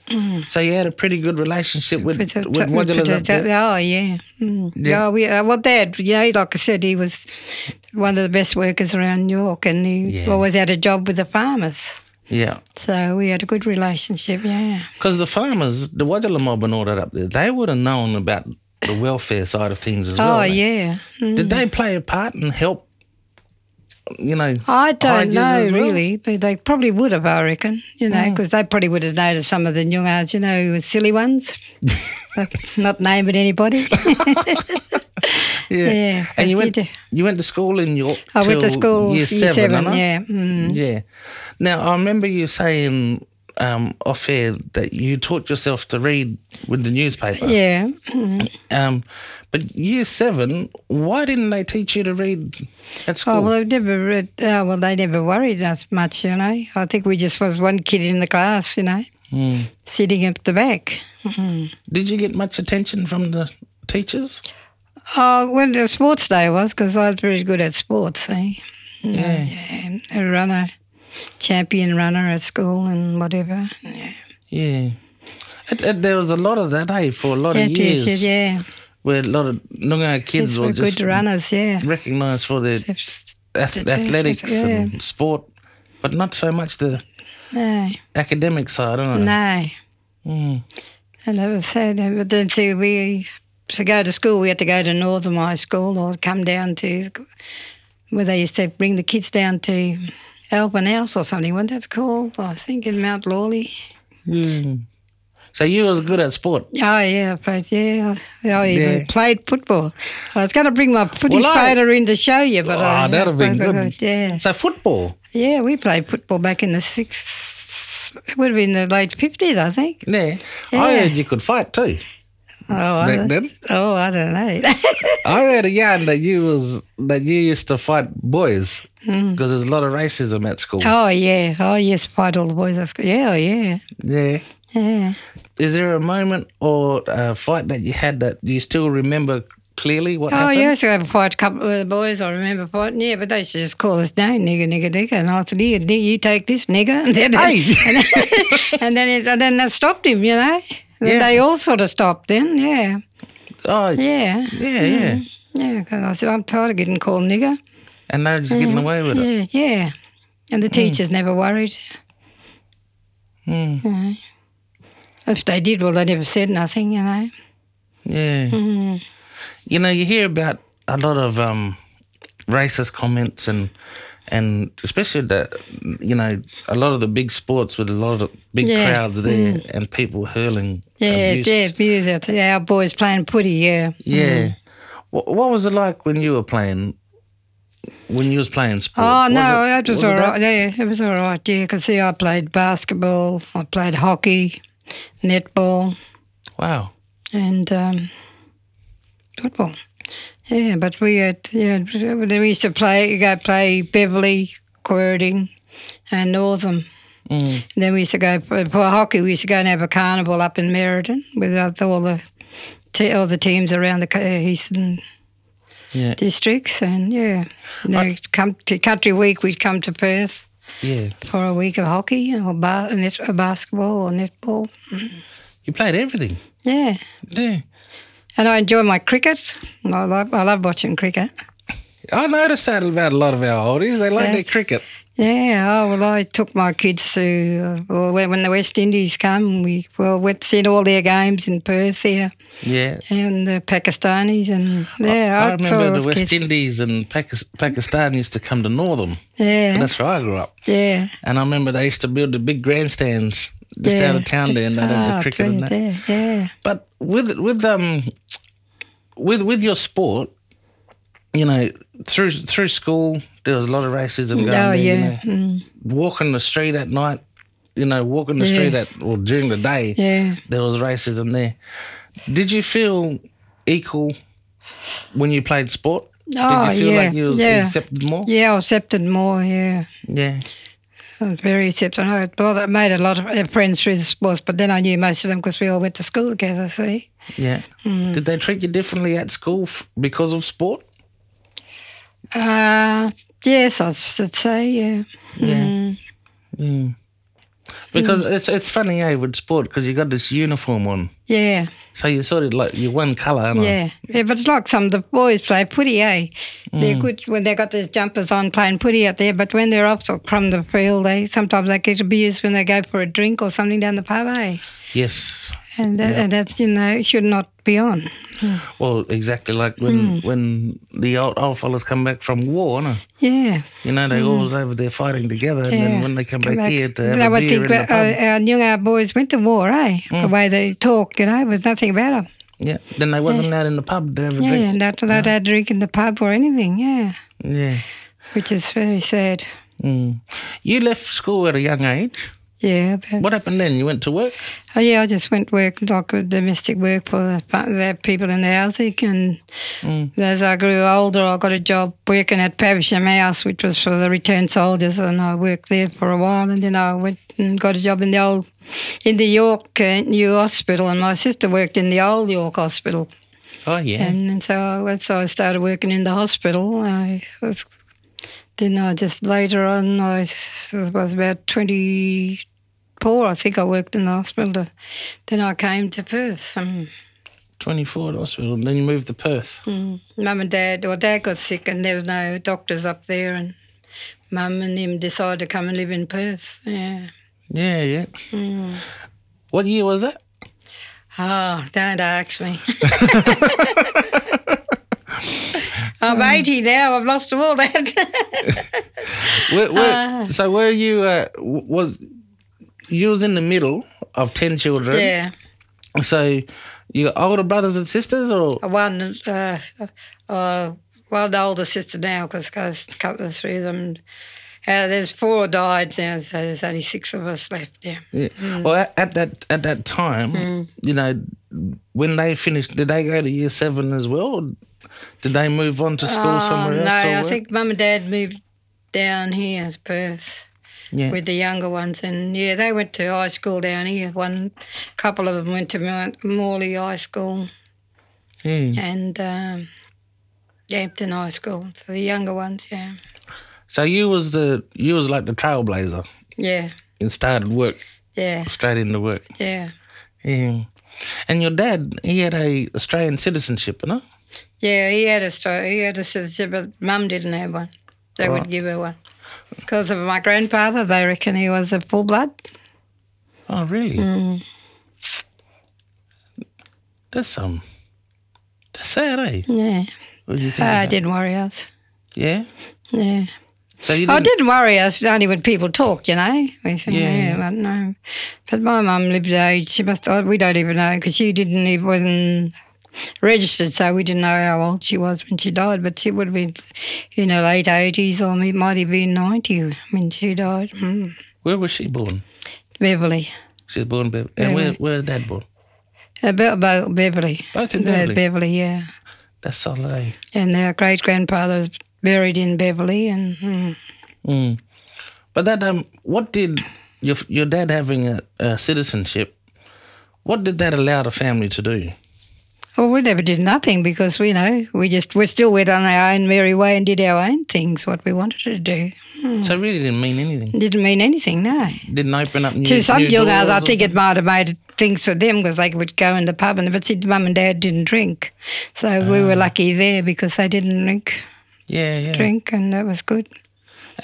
S4: So you had a pretty good relationship with with,
S3: With the-
S4: with
S3: with
S4: Wadullas
S3: the-
S4: up there.
S3: Oh, yeah. Mm.
S4: Yeah.
S3: Oh, we, uh, well, Dad, you know, like I said, he was one of the best workers around York and he
S4: Yeah.
S3: always had a job with the farmers.
S4: Yeah.
S3: So we had a good relationship, yeah.
S4: Because the farmers, the Wadula mob and all that up there, they would have known about the welfare side of things as well.
S3: oh,
S4: eh?
S3: yeah. Mm.
S4: Did they play a part and help, you know?
S3: I don't
S4: hide yours
S3: know,
S4: as well? Mm.
S3: really, but they probably would have, I reckon, you know, because they probably would have noticed some of the youngars, you know, who were silly ones. Not naming anybody.
S4: Yeah.
S3: Yeah,
S4: and you
S3: yes,
S4: went,
S3: you
S4: you,
S3: do.
S4: went to school in York.
S3: I went to
S4: till
S3: school
S4: year seven, I?
S3: yeah. Mm.
S4: Yeah. Now I remember you saying um, off air that you taught yourself to read with the newspaper.
S3: Yeah. Oh,
S4: Um, but year seven, why didn't they teach you to read at school?
S3: Oh well, they never read. Uh, well, they never worried us much, you know. I think we just was one kid in the class, you know,
S4: Mm.
S3: sitting at the back.
S4: Did you get much attention from the teachers?
S3: Oh, well, the sports day was because I was very good at sports. Eh?
S4: Yeah.
S3: Yeah, a runner, champion runner at school and whatever. Yeah,
S4: Yeah. It, it, there was a lot of that, eh, for a lot
S3: yeah,
S4: of
S3: yes,
S4: years,
S3: yes, yeah.
S4: where a lot of Noongar kids
S3: Kids
S4: were
S3: were
S4: just
S3: good runners. Yeah.
S4: recognised for their ath-
S3: That's it,
S4: athletics
S3: yeah.
S4: and sport, but not so much the
S3: No,
S4: academic side. I don't know.
S3: no.
S4: Mm.
S3: And that was sad. But then, see, we to go to school, we had to go to Northern High School or come down to where they used to bring the kids down to Alban House or something. Wasn't that called? I think in Mount Lawley. Hmm.
S4: So you was good at sport.
S3: Oh yeah, I played. Yeah, I, I even
S4: Yeah.
S3: played football. I was going to bring my footy
S4: Well, I-
S3: photo in to show you, but I,
S4: oh, that'd have been good.
S3: Yeah,
S4: So football.
S3: yeah, we played football back in the six. It would have been the late fifties, I think.
S4: Yeah.
S3: Yeah.
S4: I heard you could fight too.
S3: Oh, I
S4: back
S3: don't-
S4: then?
S3: Oh, I don't know.
S4: I heard a yarn that you was that you used to fight boys because there's a lot of racism at school.
S3: Hmm. oh, yeah. Oh, yes. Fight all the boys. at school. Yeah, oh, yeah.
S4: Yeah.
S3: Yeah.
S4: Is there a moment or a fight that you had that you still remember clearly what
S3: Oh,
S4: happened?
S3: you used to have fight a couple of the boys. I remember fighting. Yeah, but they used to just call us name, nigger, nigger, nigger. And I said, here, nigger, you take this, nigger. And then,
S4: Hey!
S3: and then, and then, it- and then that stopped him, you know. And
S4: Yeah.
S3: They all sort of stopped then. Yeah.
S4: Oh, yeah,
S3: Yeah. Hmm.
S4: yeah. yeah.
S3: Yeah, because I said, I'm tired of getting called nigger.
S4: And they're just getting away with it.
S3: Yeah, yeah.
S4: Hmm.
S3: And the teachers never worried.
S4: Hmm.
S3: No. If they did, well, they never said nothing, you know.
S4: Yeah.
S3: Mm-hmm.
S4: You know, you hear about a lot of um, racist comments and and especially the you know a lot of the big sports with a lot of big
S3: Yeah. Mm.
S4: crowds there and people hurling
S3: Yeah,
S4: abuse.
S3: yeah, abuse. Our, our boys playing footy, yeah.
S4: Yeah.
S3: Mm-hmm.
S4: Wha- What, was it like when you were playing? When you was playing sport?
S3: Oh, no,
S4: it-
S3: that was,
S4: it
S3: all
S4: that?
S3: right. Yeah, it was all right. Yeah, you can see I played basketball, I played hockey, netball,
S4: Wow.
S3: and um, football. Yeah, but we had, yeah, we used to play, go play Beverly, Querding, and Northam.
S4: Mm.
S3: And then we used to go for for hockey. We used to go and have a carnival up in Meriden with uh, all the te- all the teams around the co- uh, eastern
S4: Yeah.
S3: districts, and yeah, and then we'd come to country week. We'd come to Perth
S4: Yeah.
S3: for a week of hockey or ba- net- uh, basketball or netball.
S4: You played everything.
S3: Yeah,
S4: Yeah.
S3: and I enjoy my cricket. I love I love watching cricket.
S4: I noticed that about a lot of our oldies. They like their
S3: Yes.
S4: cricket.
S3: Yeah, oh, well, I took my kids to, uh, well, when when the West Indies come, we, well, we'd seen all their games in Perth here.
S4: Yeah.
S3: and the Pakistanis and yeah,
S4: I
S3: I'd sort
S4: remember the
S3: of
S4: West
S3: guess-
S4: Indies and Pakis- Pakistan used to come to Northam.
S3: Yeah,
S4: That's where I grew up.
S3: yeah.
S4: And I remember they used to build the big grandstands just
S3: yeah.
S4: out of town there and they'd have
S3: Ah,
S4: the cricket and
S3: true,
S4: that.
S3: Yeah, yeah.
S4: But with with um with with your sport, you know, through through school there was a lot of racism going
S3: oh
S4: there, you
S3: yeah,
S4: know.
S3: mm,
S4: walking the street at night, you know, walking the
S3: Yeah.
S4: street at or during the day,
S3: yeah.
S4: there was racism there. Did you feel equal when you played sport?
S3: Oh,
S4: Did you feel
S3: yeah,
S4: like you was
S3: yeah.
S4: accepted more?
S3: Yeah, I accepted more. Yeah,
S4: Yeah.
S3: I was very accepted. I had a lot- made a lot of uh, friends through the sports, but then I knew most of them because we all went to school together. See,
S4: Yeah.
S3: Mm.
S4: Did they treat you differently at school f- because of sport?
S3: uh, yes, I should say, yeah, Mm.
S4: Yeah. Mm. Because it's it's funny, eh, with sport, because you got this uniform on.
S3: yeah.
S4: So you sort of like, you're one colour, aren't I?
S3: Yeah, yeah, but it's like some of the boys play footy, eh? They're good when they got those jumpers on playing footy out there, but when they're off from the field, they sometimes they get abused when they go for a drink or something down the pub, eh?
S4: Yes.
S3: And, that, and that's, you know, should not be on.
S4: Well, exactly like when
S3: Mm.
S4: when the old old fellas come back from war, aren't they?
S3: Yeah.
S4: You know, they always over there fighting together, and
S3: Mm. yeah.
S4: then when they come, back, here to have
S3: They
S4: a
S3: would
S4: beer
S3: think
S4: in the
S3: that,
S4: pub, Mm.
S3: uh, our young our boys went to war, eh? The way they talked, you know, was nothing about them.
S4: yeah, then they wasn't out in the pub to have a
S3: Yeah,
S4: drink.
S3: and after that, they'd drink in the pub or anything, yeah,
S4: Yeah.
S3: which is very sad.
S4: Mm. You left school at a young age.
S3: Yeah, but
S4: What happened then? You went to work.
S3: Oh yeah, I just went work like with domestic work for the, fa- the people in the housing, and as I grew older, I got a job working at Paversham House, which was for the returned soldiers, and I worked there for a while, and then I went and got a job in the old in the York uh, New Hospital, and my sister worked in the old York Hospital,
S4: Oh yeah.
S3: and, and so I, once I started working in the hospital, I was then I just later on I s- was about twenty four, I think I worked in the hospital. to- then I came to Perth. Um,
S4: Twenty four at hospital, and then you moved to Perth.
S3: Mm. mum and dad, well, dad got sick, and there was no doctors up there, and mum and him decided to come and live in Perth. Yeah.
S4: Yeah, yeah.
S3: Mm.
S4: What year was that?
S3: Oh, don't ask me. I'm 80 now. I've lost all that.
S4: Where, where, so were you? Uh, w- was you was in the middle of ten children?
S3: yeah.
S4: So you got older brothers and sisters, or
S3: one uh, uh, well, the older sister now because a couple of three of them. Uh, there's four died now, so there's only six of us left. Yeah, Mm.
S4: Yeah. Well, at, at that at that time, you know, when they finished, did they go to year seven as well? Or did they move on to school somewhere
S3: Uh, Oh, no,
S4: else? or
S3: I
S4: work?
S3: think mum and dad moved down here to Perth
S4: Yeah.
S3: with the younger ones, and yeah, they went to high school down here. One couple of them went to Mount Morley High School
S4: Mm.
S3: and um, Hampton High School. So the younger ones, yeah,
S4: So you was the you was like the trailblazer
S3: yeah,
S4: and started work
S3: yeah,
S4: straight into work.
S3: yeah,
S4: Yeah. And your dad, he had a Australian citizenship, you know?
S3: yeah. He had a story. He had a sister, but mum didn't have one. They would give her one because of my grandfather. They reckon he was a full blood.
S4: Oh, really? That's um, that's sad, eh?
S3: Yeah,
S4: What do you think?
S3: Ah, it didn't worry us.
S4: yeah.
S3: Yeah.
S4: So you
S3: Oh,
S4: didn't,
S3: it didn't worry us, only when people talk, you know. We think,
S4: Yeah.
S3: yeah, but no. But my mum lived age, she must, oh, we don't even know, because she didn't even, wasn't registered, so we didn't know how old she was when she died, but she would have been in her late 80s or it might have been 90 when she died. Mm.
S4: where was she born?
S3: Beverly.
S4: She was born, in Bev- and where
S3: Beverly.
S4: where dad born?
S3: About both Uh, Beverly.
S4: Both in
S3: Yeah,
S4: Beverly?
S3: Beverly, yeah.
S4: That's solid, eh?
S3: And their great grandfather was buried in Beverly, and mm,
S4: Mm. But that um, what did your your dad having a, a citizenship? What did that allow the family to do?
S3: Well, we never did nothing because we know we just we still went on our own merry way and did our own things, what we wanted to do.
S4: So it really didn't mean anything.
S3: Didn't mean anything, no.
S4: Didn't open up new.
S3: to some
S4: new
S3: youngers,
S4: doors
S3: I
S4: or
S3: think it might have made things for them because they would go in the pub, and but see, mum and dad didn't drink, so we were lucky there because they didn't drink,
S4: Yeah, Ah. yeah.
S3: drink, and that was good.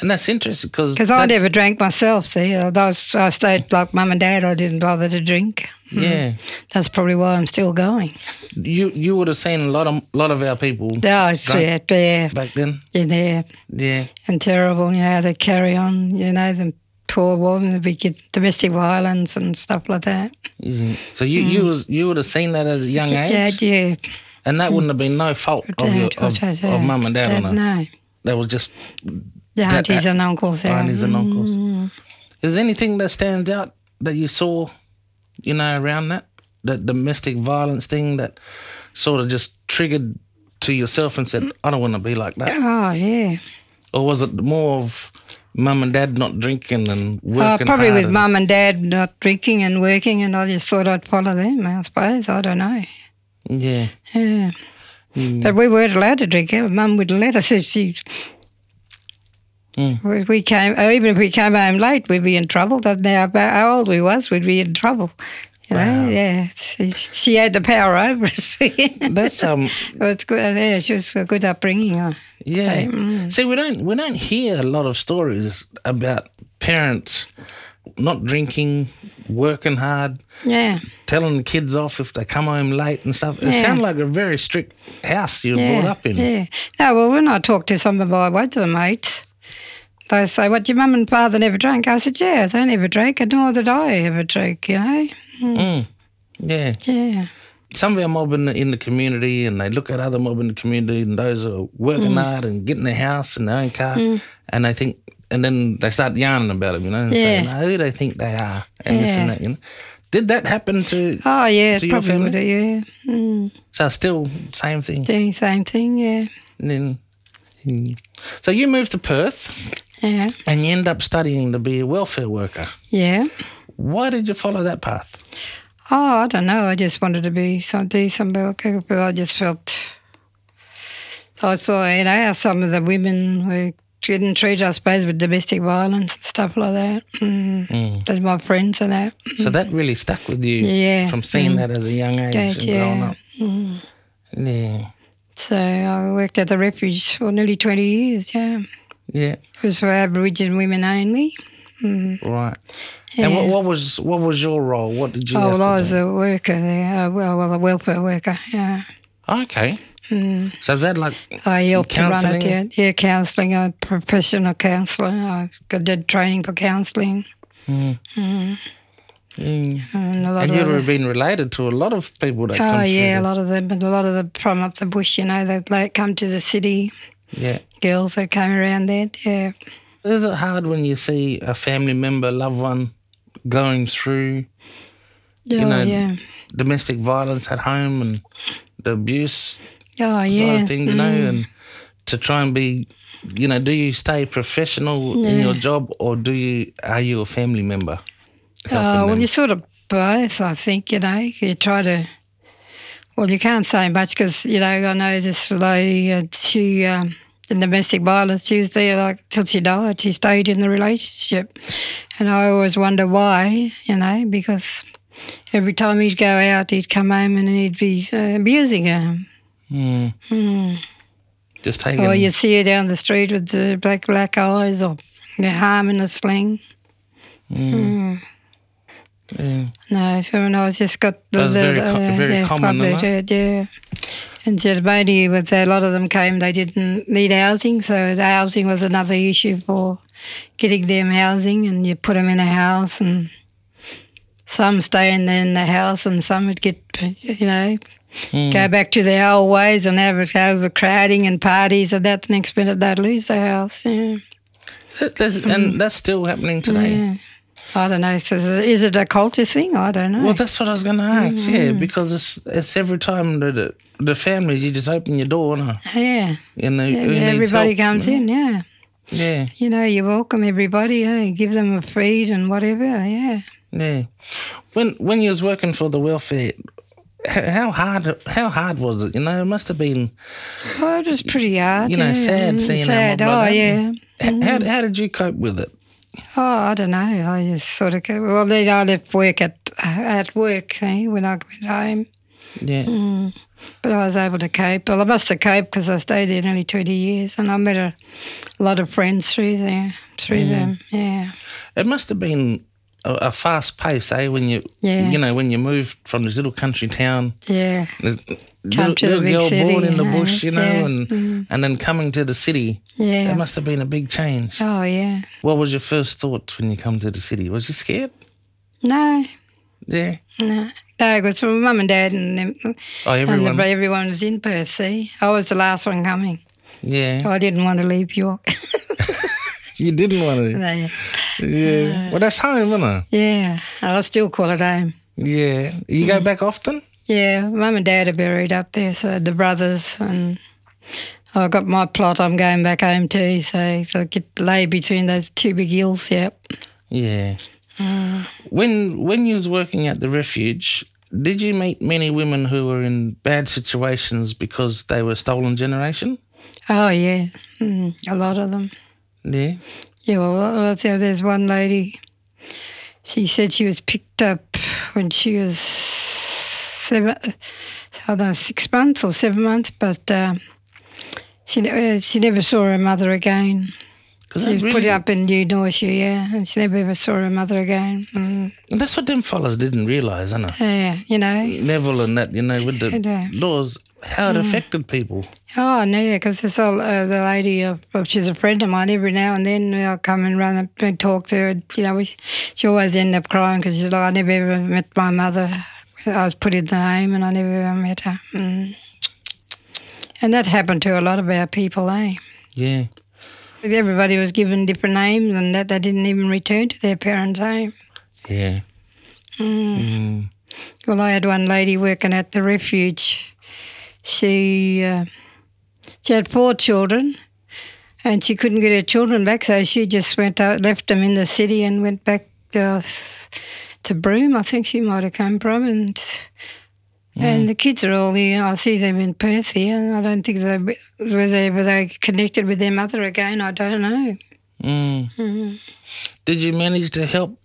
S4: And that's interesting because
S3: Because I never drank myself. See, I, was, I stayed like mum and dad. I didn't bother to drink. Hmm.
S4: Yeah,
S3: That's probably why I'm still going.
S4: you you would have seen a lot of lot of our people
S3: Oh, it's, yeah, yeah,
S4: back then.
S3: yeah, yeah.
S4: Yeah.
S3: and terrible, you know, they carry on, you know, the poor women, the big domestic violence and stuff like that.
S4: Isn't- So you you was you would have seen that at a young age,
S3: Hmm. Yeah, yeah.
S4: and that wouldn't have been no fault of your,
S3: Dad,
S4: of,
S3: dad,
S4: of
S3: yeah.
S4: mum and dad.
S3: Dad,
S4: on that.
S3: no.
S4: that was just
S3: The
S4: Dad,
S3: aunties
S4: uh,
S3: and uncles. yeah. Mm.
S4: aunties and uncles. Is there anything that stands out that you saw, you know, around that that domestic violence thing that sort of just triggered to yourself and said, "I don't want to be like that,"
S3: Oh, yeah.
S4: or was it more of mum and dad not drinking and
S3: Oh,
S4: working
S3: probably
S4: hard
S3: with
S4: and-
S3: mum and dad not drinking and working, and I just thought I'd follow them, I suppose. I don't know.
S4: Yeah,
S3: Yeah. But we weren't allowed to drink it. Mum wouldn't let us if she.
S4: Mm.
S3: We, we came oh, even if we came home late, we'd be in trouble. Doesn't matter how, how old we was, we'd be in trouble. You know, yeah. She, she had the power over us. it
S4: that's um.
S3: was good. uh, Yeah, she was a good upbringing. uh,
S4: Yeah. See, we don't we don't hear a lot of stories about parents not drinking, working hard,
S3: Yeah,
S4: telling the kids off if they come home late and stuff. It
S3: Yeah.
S4: sounds like a very strict house you were
S3: yeah,
S4: brought up in.
S3: yeah. No, well, when I talked to some of my wager mates, they say, "What your mum and father never drank?" I said, "Yeah, they never drank, and nor did I ever drink." You know,
S4: Yeah.
S3: yeah.
S4: Some of our mob in the, in the community and they look at other mob in the community and those who are working
S3: Mm.
S4: hard and getting their house and their own car and they think and then they start yarning about them, you know, and saying,
S3: Yeah.
S4: "Oh, who they think they are and this and
S3: Yeah.
S4: that, you know. Did that happen to
S3: Oh yeah,
S4: to
S3: it
S4: your
S3: probably would
S4: family?
S3: have, yeah. Mm,
S4: so still same thing.
S3: doing same thing, yeah.
S4: And then, hmm. so you moved to Perth
S3: Yeah.
S4: and you end up studying to be a welfare worker.
S3: Yeah.
S4: Why did you follow that path?
S3: Oh, I don't know. I just wanted to be some do some work, but I just felt I saw, you know, how some of the women were getting treated, I suppose, with domestic violence and stuff like that. Mm.
S4: Hmm.
S3: That's my friends and that.
S4: So that really stuck with you
S3: Yeah. Mm.
S4: from seeing that as a young age
S3: Yeah,
S4: and growing
S3: yeah.
S4: up.
S3: Mm.
S4: Yeah.
S3: So I worked at the refuge for nearly twenty years, yeah.
S4: Yeah.
S3: It was for Aboriginal women only.
S4: Right. And what, what was what was your role? What did you
S3: Oh,
S4: have
S3: well, I
S4: to
S3: was
S4: do?
S3: a worker there. uh, Well, well, a welfare worker. Yeah.
S4: Okay.
S3: Mm.
S4: So is that like
S3: I helped to run it. Yeah,
S4: Counselling?
S3: yeah counselling. I'm a professional counsellor. I did training for counselling
S4: mm,
S3: and a lot
S4: and
S3: of.
S4: you'd
S3: other-
S4: have been related to a lot of people that come
S3: Oh
S4: through
S3: yeah, a
S4: the-
S3: lot of them, but a lot of them from up the bush, you know, they like come to the city.
S4: Yeah.
S3: Girls that came around there, yeah,
S4: Is it hard when you see a family member, loved one going through
S3: yeah,
S4: know,
S3: Oh, yeah,
S4: domestic violence at home and the abuse
S3: Oh,
S4: sort
S3: yeah.
S4: of thing, you know, and to try and be, you know, do you stay professional in your job or do you are you a family member?
S3: Oh, well, you sort of both, I think, you know. You try to, well, you can't say much because, you know, I know this lady, uh, she, um, in domestic violence, she was there like till she died. She stayed in the relationship. And I always wonder why, you know, because every time he'd go out, he'd come home and he'd be uh, abusing her.
S4: Just taking
S3: Or you see her down the street with the black, black eyes or the harm in a sling.
S4: yeah.
S3: No, so when I was just got the,
S4: That's
S3: the
S4: very co- very
S3: yeah,
S4: common,
S3: probably
S4: isn't
S3: did, yeah. And so mainly with a lot of them came, they didn't need housing, so the housing was another issue for getting them housing, and you put them in a house, and some stay in the, in the house, and some would get, you know,
S4: Hmm.
S3: go back to their old ways and have it overcrowding and parties, and that the next minute they'd lose their house. Yeah.
S4: That- that's-
S3: Mm.
S4: and that's still happening today.
S3: I don't know. So is it a culture thing? I don't know.
S4: Well, that's what I was going to ask. Yeah, because it's it's every time that the, the family you just open your door and
S3: yeah.
S4: you know who needs
S3: Everybody
S4: help,
S3: comes
S4: you know?
S3: in, yeah.
S4: Yeah,
S3: You know, you welcome everybody, eh? give them a feed and whatever, yeah.
S4: yeah. When when you was working for the welfare, h- how hard how hard was it? You know, it must have been.
S3: Oh, it was pretty hard.
S4: You know,
S3: yeah.
S4: sad
S3: Mm,
S4: seeing how
S3: sad.
S4: my
S3: Oh,
S4: brother-
S3: yeah.
S4: h- How how did you cope with it?
S3: Oh, I don't know. I just sort of go- well, then I left work at at work eh, when I went home,
S4: Yeah.
S3: Mm. but I was able to cope. Well, I must have coped because I stayed there nearly twenty years, and I met a lot of friends through there, through
S4: Mm.
S3: them. Yeah,
S4: It must have been a, a fast pace, eh? When you,
S3: Yeah.
S4: you know, when you moved from this little country town,
S3: yeah,
S4: the
S3: Come
S4: little,
S3: to the
S4: little
S3: big
S4: girl
S3: city,
S4: born in the
S3: eh?
S4: bush, you know,
S3: Yeah. Mm-hmm.
S4: and and then coming to the city. That
S3: yeah.
S4: must have been a big change.
S3: Oh, yeah.
S4: What was your first thoughts when you come to the city? Was you scared?
S3: No,
S4: Yeah.
S3: no, no. It was from mum and dad and them.
S4: Oh, everyone.
S3: And the, everyone was in Perth, see? I was the last one coming.
S4: yeah.
S3: I didn't want to leave York.
S4: You didn't want to.
S3: They-
S4: Yeah. Well, that's home, isn't it?
S3: yeah, I still call it home.
S4: Yeah. You
S3: Mm.
S4: go back often?
S3: Yeah, mum and dad are buried up there, so the brothers and I got my plot. I'm going back home too, so, so I get laid between those two big hills. Yep.
S4: Yeah.
S3: Uh.
S4: When when you was working at the refuge, did you meet many women who were in bad situations because they were stolen generation?
S3: Oh yeah, mm, a lot of them.
S4: Yeah.
S3: Yeah, well, let's say there's one lady. She said she was picked up when she was seven, I don't know, six months or seven months, but uh, she ne- uh, she never saw her mother again.
S4: Cause
S3: She
S4: they
S3: was put up in New Norcia, yeah, and she never ever saw her mother again. Mm.
S4: And that's what them fellas didn't realise, isn't it?
S3: Yeah, you know.
S4: Neville and that, you know, with the
S3: I know. Mm.
S4: laws, how it affected people.
S3: Oh no, yeah, because this old, uh, the lady, uh, well, she's a friend of mine. Every now and then I'll come and run up and talk to her. You know, we, she always end up crying because she's like, I never ever met my mother. I was put in the home and I never ever met her. Mm. And that happened to a lot of our people, eh?
S4: Yeah.
S3: Everybody was given different names and that they didn't even return to their parents' home.
S4: Yeah.
S3: Well, I had one lady working at the refuge. She uh, she had four children, and she couldn't get her children back, so she just went out, left them in the city, and went back uh, to Broome. I think she might have come from, and
S4: Hmm.
S3: and the kids are all here. I see them in Perth here, and I don't think they were they were they connected with their mother again. I don't know.
S4: Mm.
S3: Mm-hmm.
S4: Did you manage to help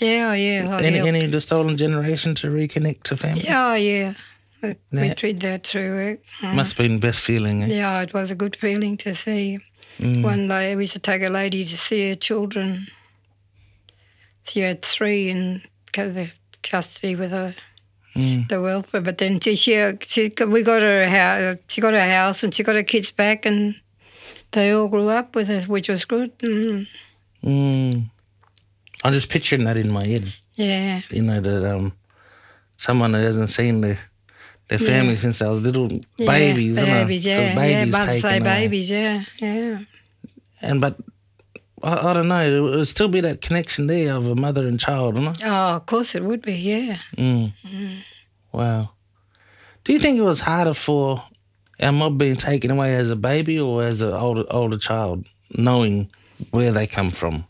S3: Yeah, yeah, I
S4: any,
S3: helped.
S4: any of the stolen generation to reconnect to family?
S3: Oh, yeah, yeah. We- We
S4: Yeah.
S3: did that through work. Hmm.
S4: Must have been the best feeling. Eh?
S3: Yeah, it was a good feeling to see.
S4: Mm.
S3: One lady, we used to take a lady to see her children. She had three in cu- custody with her,
S4: Mm.
S3: the welfare. But then she, she, she we got her house, she got her house, and she got her kids back, and they all grew up with her, which was good. Mm.
S4: Mm. I'm just picturing that in my head.
S3: Yeah,
S4: You know that um, someone who hasn't seen their their family since they was little babies,
S3: yeah,
S4: you know,
S3: babies,
S4: 'cause
S3: yeah,
S4: babies
S3: yeah, mothers
S4: taken
S3: say
S4: away.
S3: babies, yeah, yeah.
S4: And but I, I don't know, it would still be that connection there of a mother and child, you know.
S3: Oh, of course it would be, yeah.
S4: Mm. Wow. Do you think it was harder for our mob being taken away as a baby or as an older older child, knowing where they come from?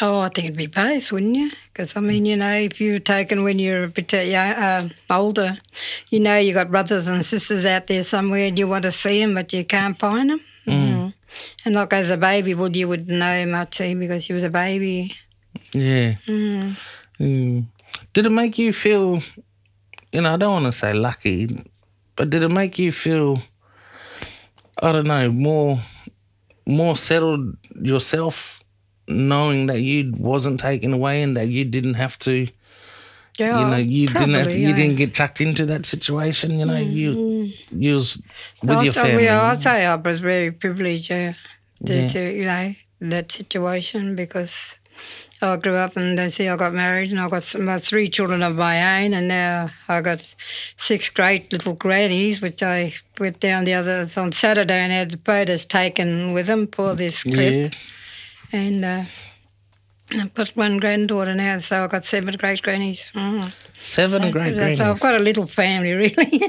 S3: Oh, I think it'd be both, wouldn't you? Because I mean, you know, if you were taken when you're a bit uh, yeah, uh, older, you know, you got brothers and sisters out there somewhere, and you want to see them, but you can't find them. Mm. And like as a baby, would you wouldn't know much eh, because you was a baby.
S4: Yeah. Mm. Did it make you feel, you know, I don't want to say lucky, but did it make you feel, I don't know, more, more settled yourself, knowing that you wasn't taken away and that you didn't have to,
S3: Yeah,
S4: you know, you didn't have to,
S3: Oh, probably,
S4: you
S3: eh?
S4: didn't get chucked into that situation. You know, you
S3: Hmm.
S4: you was with
S3: I'd
S4: your
S3: say-
S4: family.
S3: Yeah, I'd say I was very privileged yeah, to,
S4: Yeah.
S3: to, you know, that situation because I grew up and they see I got married and I got some, uh, three children of my own and now I got six great little grannies, which I went down the other on Saturday and had the photos taken with them for this
S4: Yeah.
S3: clip and. Uh, I've got one granddaughter now, so I've got seven great grannies. Mm.
S4: Seven great
S3: So- So I've got
S4: grannies.
S3: a little family, really.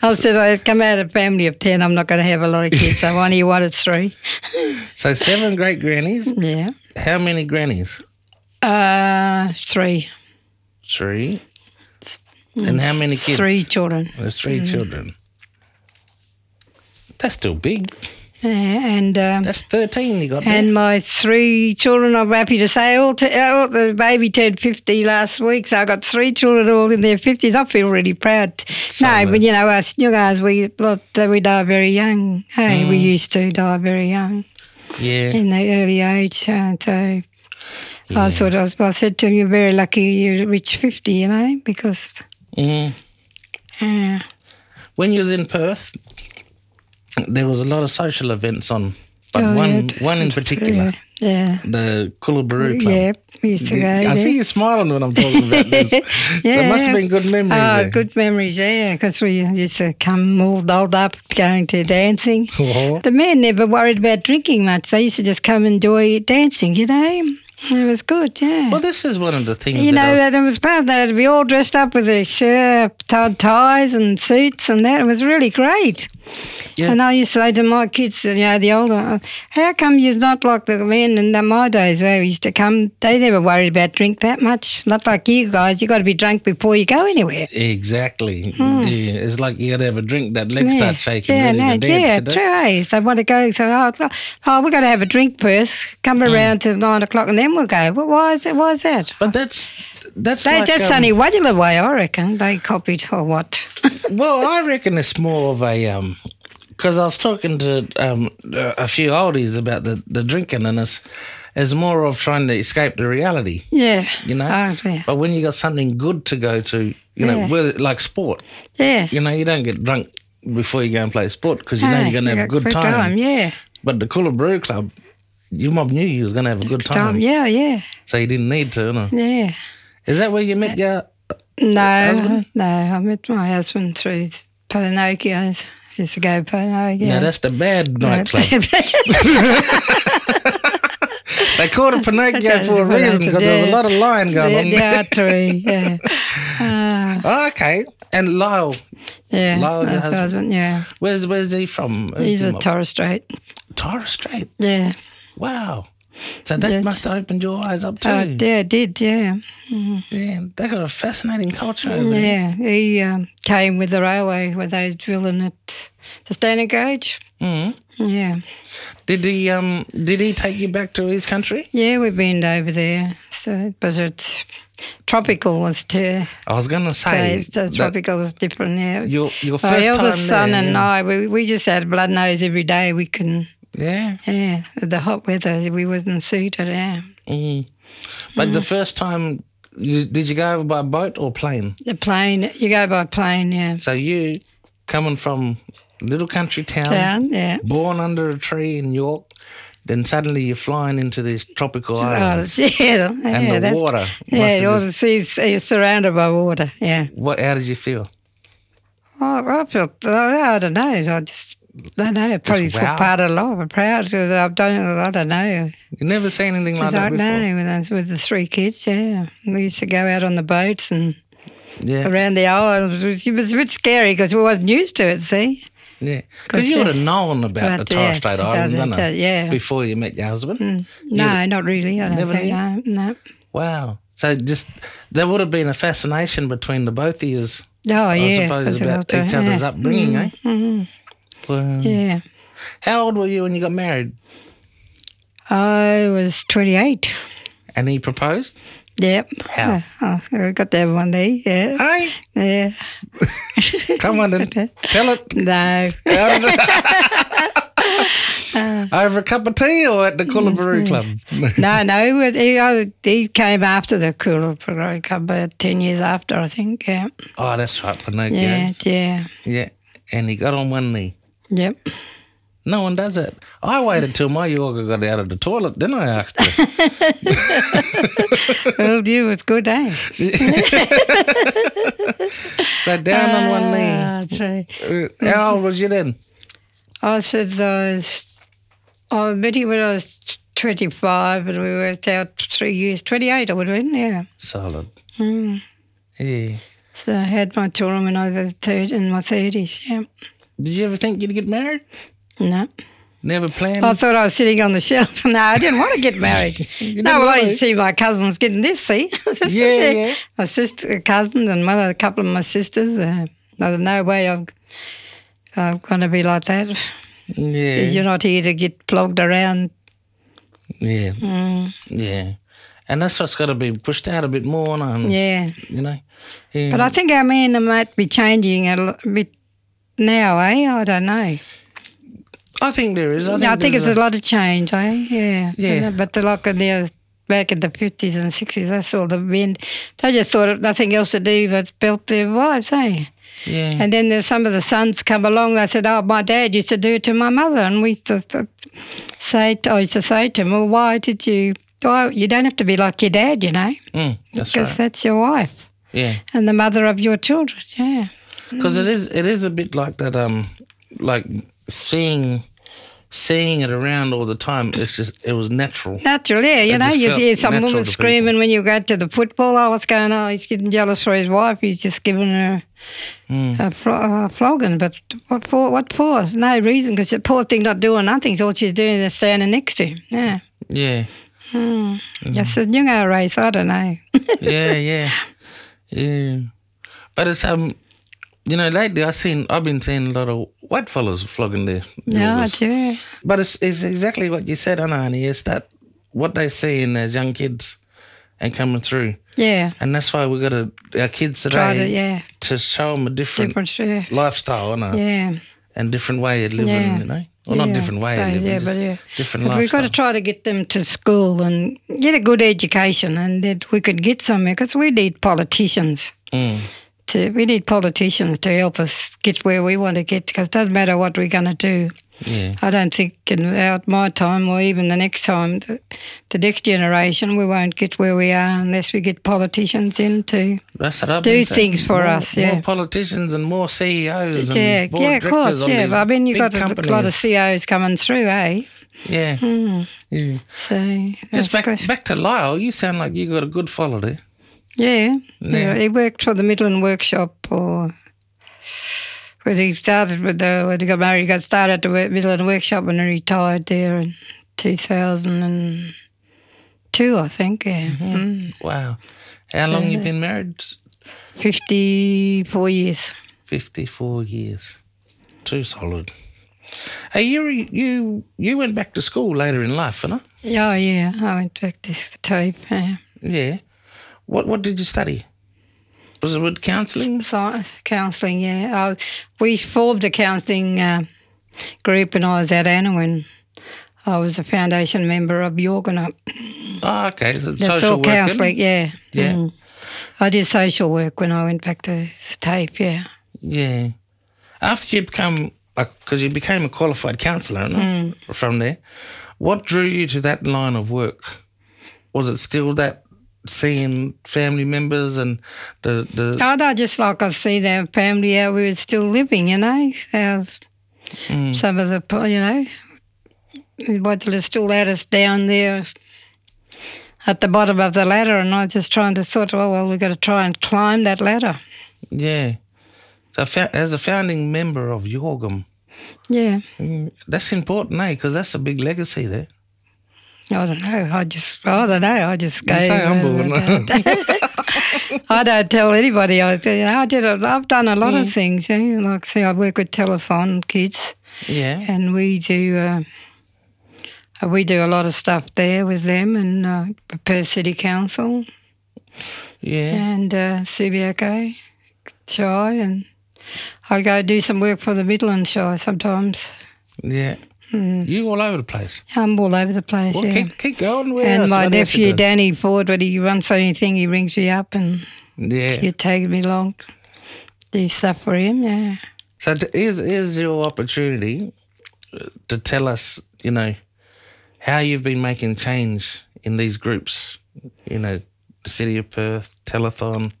S3: I said I come out of a family of ten. I'm not going to have a lot of kids. I only wanted three.
S4: So seven great grannies.
S3: Yeah,
S4: How many grannies?
S3: uh, three,
S4: Three. And how many kids?
S3: three mm-hmm. children,
S4: There's three children. That's still big.
S3: Yeah, and um,
S4: That's 13 you got there.
S3: and my three children. I'm happy to say all. T- uh, all the baby turned fifty last week, so I got three children all in their fifties. I feel really proud. No, but you know us Nugars, we lot we die very young. Hey, we used to die very young.
S4: yeah.
S3: in the early age. And so I thought, I, I said to him, you're very lucky you reached 50, you know, because,
S4: Mm.
S3: uh,
S4: When you was in Perth, there was a lot of social events on, but
S3: Oh,
S4: one
S3: yeah,
S4: one in particular,
S3: yeah.
S4: the Coolaburu Club.
S3: Yeah, we used to go.
S4: I
S3: there.
S4: see you smiling when I'm talking about this. there must have been good memories.
S3: Oh,
S4: there.
S3: good memories, yeah, because we used to come all dolled up going to dancing.
S4: Oh.
S3: The men never worried about drinking much. They used to just come enjoy dancing, you know. It was good, yeah.
S4: Well, this is one of the things
S3: You
S4: that I
S3: know,
S4: was-
S3: that it was bad. They had to be all dressed up with their shirt, t- ties and suits and that. It was really great.
S4: Yeah.
S3: And I used to say to my kids, you know, the older, how come you're not like the men in the, my days? They used to come, they never worried about drink that much. Not like you guys. you got to be drunk before you go anywhere.
S4: Exactly. Yeah, it's like you got to have a drink that legs start shaking.
S3: Hmm. yeah,
S4: ready to
S3: no,
S4: dance,
S3: yeah,
S4: you know?
S3: true. eh? So they want to go. So oh, it's like, oh we're going to have a drink first. Come
S4: Mm.
S3: around till nine o'clock, and then we'll go. Well, why is that? Why is that?
S4: But that's that's
S3: They,
S4: like,
S3: that's
S4: um,
S3: only Wadula way, I reckon. They copied or what?
S4: well, I reckon it's more of a um, because I was talking to um a few oldies about the the drinking, and it's it's more of trying to escape the reality,
S3: Yeah.
S4: you know.
S3: Oh, yeah.
S4: But when you got something good to go to, you know,
S3: Yeah.
S4: whether, like sport,
S3: Yeah.
S4: you know, you don't get drunk before you go and play sport because you know
S3: Hey,
S4: you're gonna
S3: you
S4: have a
S3: got
S4: good time.
S3: Yeah.
S4: But the Cooler Brew Club, your mob knew you was gonna have a good time,
S3: Time. Yeah. Yeah.
S4: so you didn't need to. You know?
S3: Yeah.
S4: Is that where you met your?
S3: No.
S4: husband?
S3: No. I met my husband through Pinocchio. Used to go Pinocchio.
S4: Yeah, that's the bad nightclub. They called it Pinocchio
S3: Okay,
S4: for a reason
S3: Pinocchio,
S4: because there was a
S3: yeah.
S4: lot of lying going on.
S3: There are three. Yeah. Ah,
S4: Oh, okay. And Lyle,
S3: yeah.
S4: Lyle, your
S3: that's my
S4: husband.
S3: husband. Yeah.
S4: where's where's he from? Where's
S3: He's
S4: he
S3: a
S4: from?
S3: Torres Strait.
S4: Torres Strait.
S3: Yeah.
S4: Wow. So that
S3: Yeah.
S4: must have opened your eyes up too.
S3: Oh, yeah, I did. Yeah.
S4: yeah, they got a fascinating culture. Over there.
S3: Yeah. He um, came with the railway where they was drilling at the Standard Gauge.
S4: Mhm.
S3: Yeah.
S4: Did he um did he take you back to his country?
S3: Yeah, we've been over there, so but it's tropical was too.
S4: I was gonna say
S3: so
S4: that
S3: tropical was different. Yeah,
S4: your your
S3: my
S4: first
S3: eldest
S4: time
S3: son
S4: there,
S3: and
S4: yeah.
S3: I, we, we just had blood nose every day. We couldn't.
S4: yeah.
S3: Yeah, the hot weather, we wasn't suited. Yeah,
S4: Mm. But the first time, you, did you go over by boat or plane?
S3: the plane. You go by plane. Yeah,
S4: So you coming from little country town,
S3: down. Yeah.
S4: born under a tree in York, then suddenly you're flying into these tropical
S3: Oh,
S4: islands.
S3: yeah,
S4: And
S3: yeah,
S4: the
S3: that's-
S4: water.
S3: Yeah,
S4: must
S3: all
S4: have
S3: the
S4: just-
S3: seas, you're surrounded by water. Yeah.
S4: what? How did you feel?
S3: Oh, I felt, I, I don't know. I just, I don't know. Probably
S4: Just
S3: feel
S4: wow.
S3: part of life. I'm proud because I've done it. I don't know.
S4: You never seen anything
S3: I
S4: like that
S3: don't
S4: before.
S3: know. With, us- with the three kids, yeah. We used to go out on the boats and
S4: Yeah.
S3: around the island. It was, it was a bit scary because we wasn't used to it, see?
S4: Yeah, because you would have known about
S3: Right
S4: the Torres
S3: there.
S4: Strait Island,
S3: Down
S4: didn't
S3: there, yeah. Mm.
S4: before you met your husband.
S3: No, not really. I don't
S4: Never
S3: think. No, no.
S4: Wow. So just there would have been a fascination between the both of you,
S3: Oh,
S4: I
S3: yeah.
S4: suppose,
S3: because of
S4: about
S3: the-
S4: each other's
S3: yeah.
S4: upbringing, eh? Wow.
S3: Yeah.
S4: How old were you when you got married?
S3: I was 28.
S4: And he proposed?
S3: Yep.
S4: How?
S3: Oh, I got that one there. Yeah.
S4: Hey,
S3: Yeah.
S4: come on and tell it.
S3: No.
S4: How did it- Over a cup of tea or at the Coolaburu Club?
S3: No, no, he, was, he, I- he came after the Kula Pro Cup, about 10 years after, I think. Yeah.
S4: oh, that's right, for no
S3: Yeah.
S4: kids.
S3: Yeah.
S4: Yeah. And he got on one knee.
S3: Yep.
S4: No one does it. I waited till my yoga got out of the toilet, then I asked her.
S3: well, you was good, eh?
S4: So down on one knee.
S3: Ah, that's right.
S4: Uh, How old was you then?
S3: I said I was, I met him when I was 25 and we worked out three years, 28 I would have been, yeah.
S4: Solid. Hmm. Yeah.
S3: So I had my children when I was third, in my 30s, yeah.
S4: Did you ever think you'd get married?
S3: No.
S4: Never planned.
S3: I thought I was sitting on the shelf. No, I didn't want to get married. no,
S4: didn't
S3: well, I
S4: want
S3: used to
S4: to.
S3: see my cousins getting this, see?
S4: Yeah, yeah.
S3: My sister, cousin, and one, of- a couple of my sisters. Uh, there's no way I'm, I'm going to be like that.
S4: yeah.
S3: You're not here to get flogged around.
S4: yeah.
S3: Mm.
S4: Yeah. And that's what's got to be pushed out a bit more, and
S3: Yeah.
S4: you know. Yeah.
S3: But I think our men might be changing a lo- bit now, eh? I don't know.
S4: I think there is. I think,
S3: I think
S4: there's
S3: it's a lot of change, eh? Yeah.
S4: Yeah.
S3: But the like in the uh, back in the fifties and sixties, that's all the men. They just thought of nothing else to do but belt their wives, eh?
S4: Yeah.
S3: And then there's some of the sons come along. They said, "Oh, my dad used to do it to my mother," and we used to th- say, to, "I used to say to him, well, why did you? Why you don't have to be like your dad, you know,
S4: Mm, that's
S3: because
S4: right.
S3: that's your wife
S4: Yeah.
S3: and the mother of your children." Yeah.
S4: because it is it is a bit like that um like seeing seeing it around all the time it's just it was natural
S3: Natural, yeah. You
S4: It
S3: know,
S4: just
S3: you
S4: felt
S3: hear some
S4: natural
S3: woman
S4: to people.
S3: screaming when you go to the football. Oh, what's going on? He's getting jealous for his wife. He's just giving her
S4: Hmm.
S3: a, fro- a flogging. But what for? What for? No reason, because the poor thing not doing nothing. All she's doing is standing next to him. Yeah. Hmm.
S4: yeah Hmm.
S3: Just a younger race. I don't know.
S4: yeah yeah yeah but it's um you know lately i've seen i've been seeing a lot of white fellas flogging their
S3: no, I
S4: daughters.
S3: do.
S4: but it's, it's exactly what you said Anna, honey is that what they see in those young kids and coming through
S3: Yeah.
S4: and that's why we got to our kids today
S3: Try to, yeah.
S4: to show them a different,
S3: Different, yeah.
S4: lifestyle and
S3: Yeah.
S4: and different way of living,
S3: Yeah.
S4: you know. Well, not
S3: Yeah.
S4: different way of
S3: Right,
S4: living,
S3: yeah,
S4: just
S3: but yeah.
S4: different
S3: But
S4: lifestyle.
S3: we've got to try to get them to school and get a good education, and that we could get somewhere because we need politicians.
S4: Mm.
S3: To, we need politicians to help us get where we want to get because it doesn't matter what we're going to do.
S4: yeah,
S3: I don't think in out my time or even the next time, the, the next generation, we won't get where we are unless we get politicians in to.
S4: that's what I've
S3: do
S4: been saying.
S3: things for
S4: More-
S3: us, yeah.
S4: more politicians and more CEOs.
S3: Yeah,
S4: and board
S3: yeah, of
S4: directors
S3: course,
S4: on
S3: yeah.
S4: these
S3: But I mean, you've
S4: big
S3: got a
S4: companies.
S3: lot of Hmm. COs coming through, eh?
S4: yeah. yeah.
S3: So that's
S4: Just back
S3: good.
S4: back to Lyle. You sound like you got a good follow there.
S3: Yeah. yeah. He worked for the Midland Workshop or when he started with the when he got married, he got started at the Wo- Midland Workshop and he retired there in two thousand and two, I think, yeah. Mm.
S4: Wow, how long you been married?
S3: Fifty four years.
S4: Fifty four years. Too solid. Hey, you re- you you went back to school later in life, didn't
S3: Yeah, Oh, yeah. I went back this tape, yeah.
S4: Yeah. What what did you study? Was it with counselling?
S3: Sci- counselling, yeah. I, was- we formed a counselling uh, group when I was at Anowin. I was a foundation member of Yorganup.
S4: Oh, okay. Is it
S3: That's
S4: social
S3: all
S4: work, then?
S3: counselling, yeah. Mm.
S4: Yeah.
S3: I did social work when I went back to tape, yeah.
S4: Yeah. After you become, because you became a qualified counsellor no?
S3: Hmm.
S4: from there, what drew you to that line of work? Was it still that seeing family members and the the
S3: Oh, no, just like I see their family how we were still living, you know, how
S4: Mm.
S3: some of the, po- you know, what they still had us down there "Oh, at the bottom of the ladder, and I just trying to thought, well, well, we've got to try and climb that ladder.
S4: Yeah. So fa- as a founding member of Yorgum,
S3: Yeah.
S4: that's important, eh? Because that's a big legacy there.
S3: I don't know. I just, I don't know. I just go. uh,
S4: so humble,
S3: I don't tell anybody. I, you know, I did. A, I've done a lot of things. You know? Like, see, I work with Telethon kids,
S4: Yeah.
S3: and we do. Uh, we do a lot of stuff there with them and uh, Perth City Council
S4: Yeah.
S3: and uh, CBAK, Shy, and I go do some work for the Midland Shy sometimes.
S4: Yeah. You all over the place.
S3: I'm all over the place.
S4: Well,
S3: yeah.
S4: keep, keep going. Where
S3: and
S4: else?
S3: my
S4: What else you
S3: nephew
S4: doing?
S3: Danny Ford, when he runs anything, he rings me up and
S4: Yeah.
S3: he takes me along to do stuff for him. Yeah,
S4: So t- here's, here's your opportunity uh, to tell us, you know, how you've been making change in these groups. You know, the City of Perth, Telethon.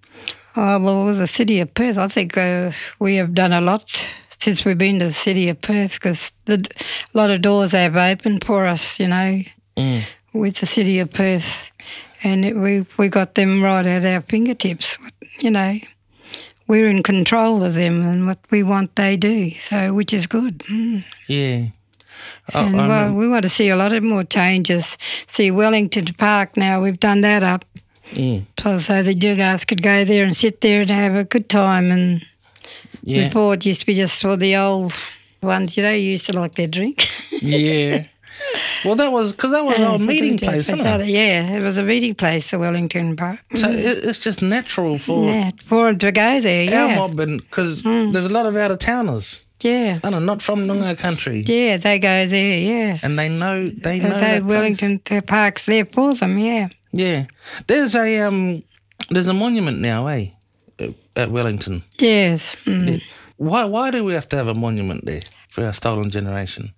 S3: Oh, well, with the city of Perth, I think uh, we have done a lot since we've been to the city of Perth because a lot of doors they have opened for us, you know,
S4: Mm.
S3: with the city of Perth. And it, we, we got them right at our fingertips, you know. We're in control of them and what we want they do, so which is good. Mm.
S4: Yeah. Oh,
S3: and
S4: I
S3: well,
S4: remember-
S3: we want to see a lot of more changes. See Wellington Park now, we've done that up.
S4: Mm.
S3: So, so the Dugas could go there and sit there and have a good time. And
S4: yeah.
S3: before it used to be just for the old ones, you know, you used to like their drink.
S4: yeah. Well, that was because that was our
S3: So
S4: Oh, meeting
S3: do
S4: place,
S3: that.
S4: isn't it?
S3: Yeah, it was a meeting place, the Wellington Park.
S4: So it, it's just natural for
S3: Mm. Yeah, for 'em to go there,
S4: Oh. our
S3: yeah. Mm.
S4: mob, and because there's a lot of out of towners,
S3: yeah.
S4: I don't know, not from Noongar country,
S3: Mm. Yeah, they go there, yeah.
S4: and they know they know
S3: So they,
S4: that place.
S3: Wellington Park's there for them, yeah.
S4: Yeah, there's a um, there's a monument now, eh, at- at Wellington.
S3: Yes. Mm.
S4: Why why do we have to have a monument there for our stolen generation?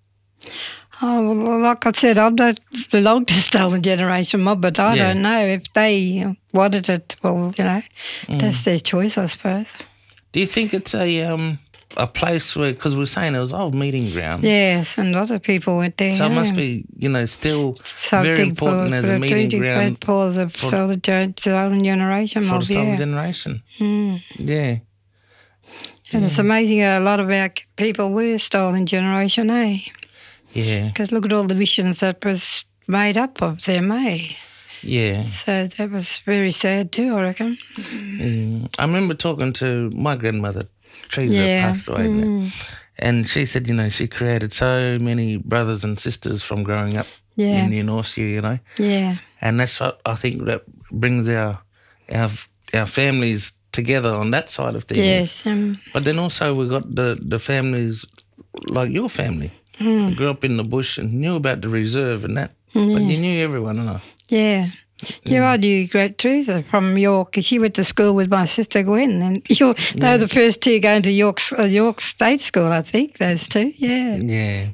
S3: Oh, well, like I said, I don't belong to Stolen Generation Mob, but I
S4: Yeah.
S3: don't know if they wanted it. Well, you know,
S4: Mm.
S3: that's their choice, I suppose.
S4: Do you think it's a um a place where because we're saying it was old meeting ground,
S3: Yes, and a lot of people went there.
S4: so it
S3: yeah.
S4: must be you know still
S3: Something
S4: very important
S3: for,
S4: as
S3: for
S4: a
S3: the
S4: meeting
S3: teaching
S4: ground
S3: grade for the Stolen, gen- stolen Generation
S4: for
S3: Mob,
S4: the stolen
S3: yeah.
S4: generation.
S3: Hmm.
S4: Yeah,
S3: and it's amazing how a lot of our people were Stolen Generation, eh?
S4: yeah,
S3: Because look at all the missions that was made up of them, eh?
S4: yeah.
S3: So that was very sad too, I reckon.
S4: Mm. I remember talking to my grandmother, Teresa
S3: Yeah. Hmm.
S4: passed away, now, and she said, you know, she created so many brothers and sisters from growing up
S3: Yeah.
S4: in the Norcia, you know,
S3: Yeah.
S4: and that's what I think that brings our our our families together on that side of things.
S3: Yes. Um,
S4: But then also we got the the families like your family.
S3: Hmm.
S4: who Grew up in the bush and knew about the reserve and that, but you knew everyone, didn't I?
S3: Yeah. Yeah, I knew Great Teresa from York. She went to school with my sister Gwen, and York, they were the first two going to York, uh, York State School, I think, those two. Yeah.
S4: Yeah,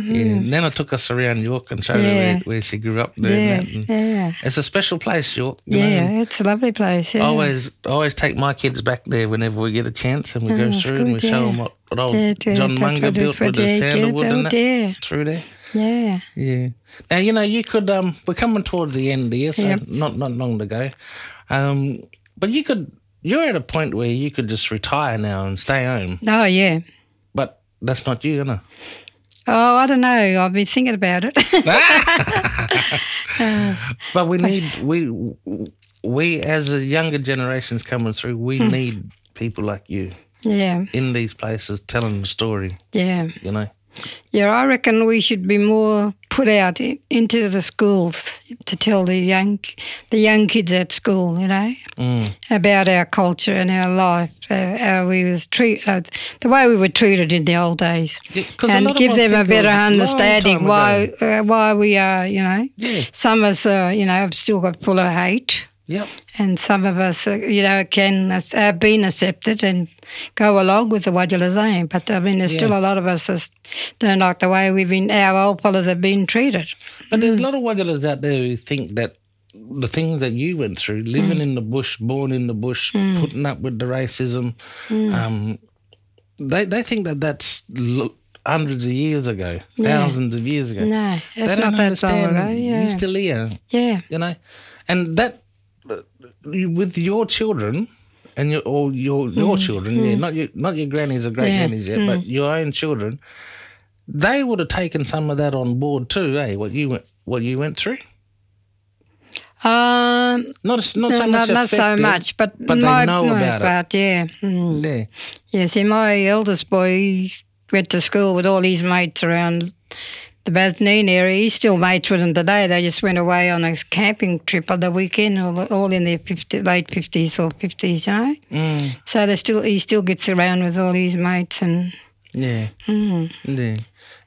S4: yeah. Nana took us around York and showed her
S3: Mm-hmm. Yeah.
S4: where, where she grew up. There
S3: Yeah.
S4: and that. And
S3: Yeah.
S4: It's a special place, York. You
S3: Yeah.
S4: Know?
S3: It's a lovely place.
S4: I
S3: Yeah.
S4: always, I always take my kids back there whenever we get a chance, and we
S3: Oh,
S4: go
S3: that's
S4: through and we
S3: good,
S4: show 'em show
S3: yeah.
S4: them what, what old
S3: Yeah, to
S4: John Munger
S3: Tuckford
S4: built with
S3: Woodford, yeah,
S4: the sandalwood
S3: yeah,
S4: and
S3: oh,
S4: that
S3: dear.
S4: through there.
S3: Yeah.
S4: Yeah. Now you know you could. Um, we're coming towards the end here, so
S3: Yep.
S4: not not long to go. Um, but you could. You're at a point where you could just retire now and stay home,
S3: Oh, yeah.
S4: but that's not you, gonna.
S3: Oh, I don't know. I've been thinking about it.
S4: But we need we we as a younger generations coming through, we
S3: Hmm.
S4: need people like you
S3: yeah.
S4: in these places telling the story.
S3: Yeah.
S4: You know.
S3: Yeah, I reckon we should be more put out in, into the schools to tell the young the young kids at school, you know,
S4: Mm.
S3: about our culture and our life, uh, how we was treat, uh, the way we were treated in the old days,
S4: Yeah, 'cause a lot
S3: and
S4: of
S3: give
S4: I
S3: them a
S4: think it was
S3: better
S4: long
S3: understanding
S4: time
S3: why
S4: ago.
S3: uh, why we are, you know.
S4: Yeah.
S3: Some of us, uh, you know, have still got full of hate.
S4: Yep.
S3: And some of us, uh, you know, can uh, have been accepted and go along with the Wajulas, eh? But I mean, there's still
S4: Yeah.
S3: a lot of us that don't like the way we've been, our old fellas have been treated.
S4: But there's a
S3: Hmm.
S4: lot of Wagalers out there who think that the things that you went through,
S3: Hmm.
S4: living in the bush, born in the bush, putting up with the racism,
S3: Hmm.
S4: um, they they think that that's l- hundreds of years ago, thousands of years ago.
S3: No,
S4: they
S3: it's
S4: don't
S3: not that long
S4: understand.
S3: ago.
S4: You're
S3: Yeah.
S4: still here.
S3: yeah.
S4: you know and that you- with your children and your or your your children, yeah, not your not your grannies or great
S3: Mm. Yeah, Mm.
S4: grannies yet, but your own children, they would have taken some of that on board too, eh? What you went what you went through.
S3: Um,
S4: Not as- not so
S3: no,
S4: much.
S3: not so
S4: affected,
S3: much, but,
S4: but they
S3: my,
S4: know
S3: my
S4: about it.
S3: part, yeah. Mm.
S4: Yeah.
S3: Yeah, see, my eldest boy he went to school with all his mates around the Basneen area. He's still mates with them today. They just went away on a camping trip on the weekend, all, all in their 50, late 50s or 50s, you know.
S4: Mm,
S3: So they still he still gets around with all his mates and
S4: yeah.
S3: mm,
S4: Yeah.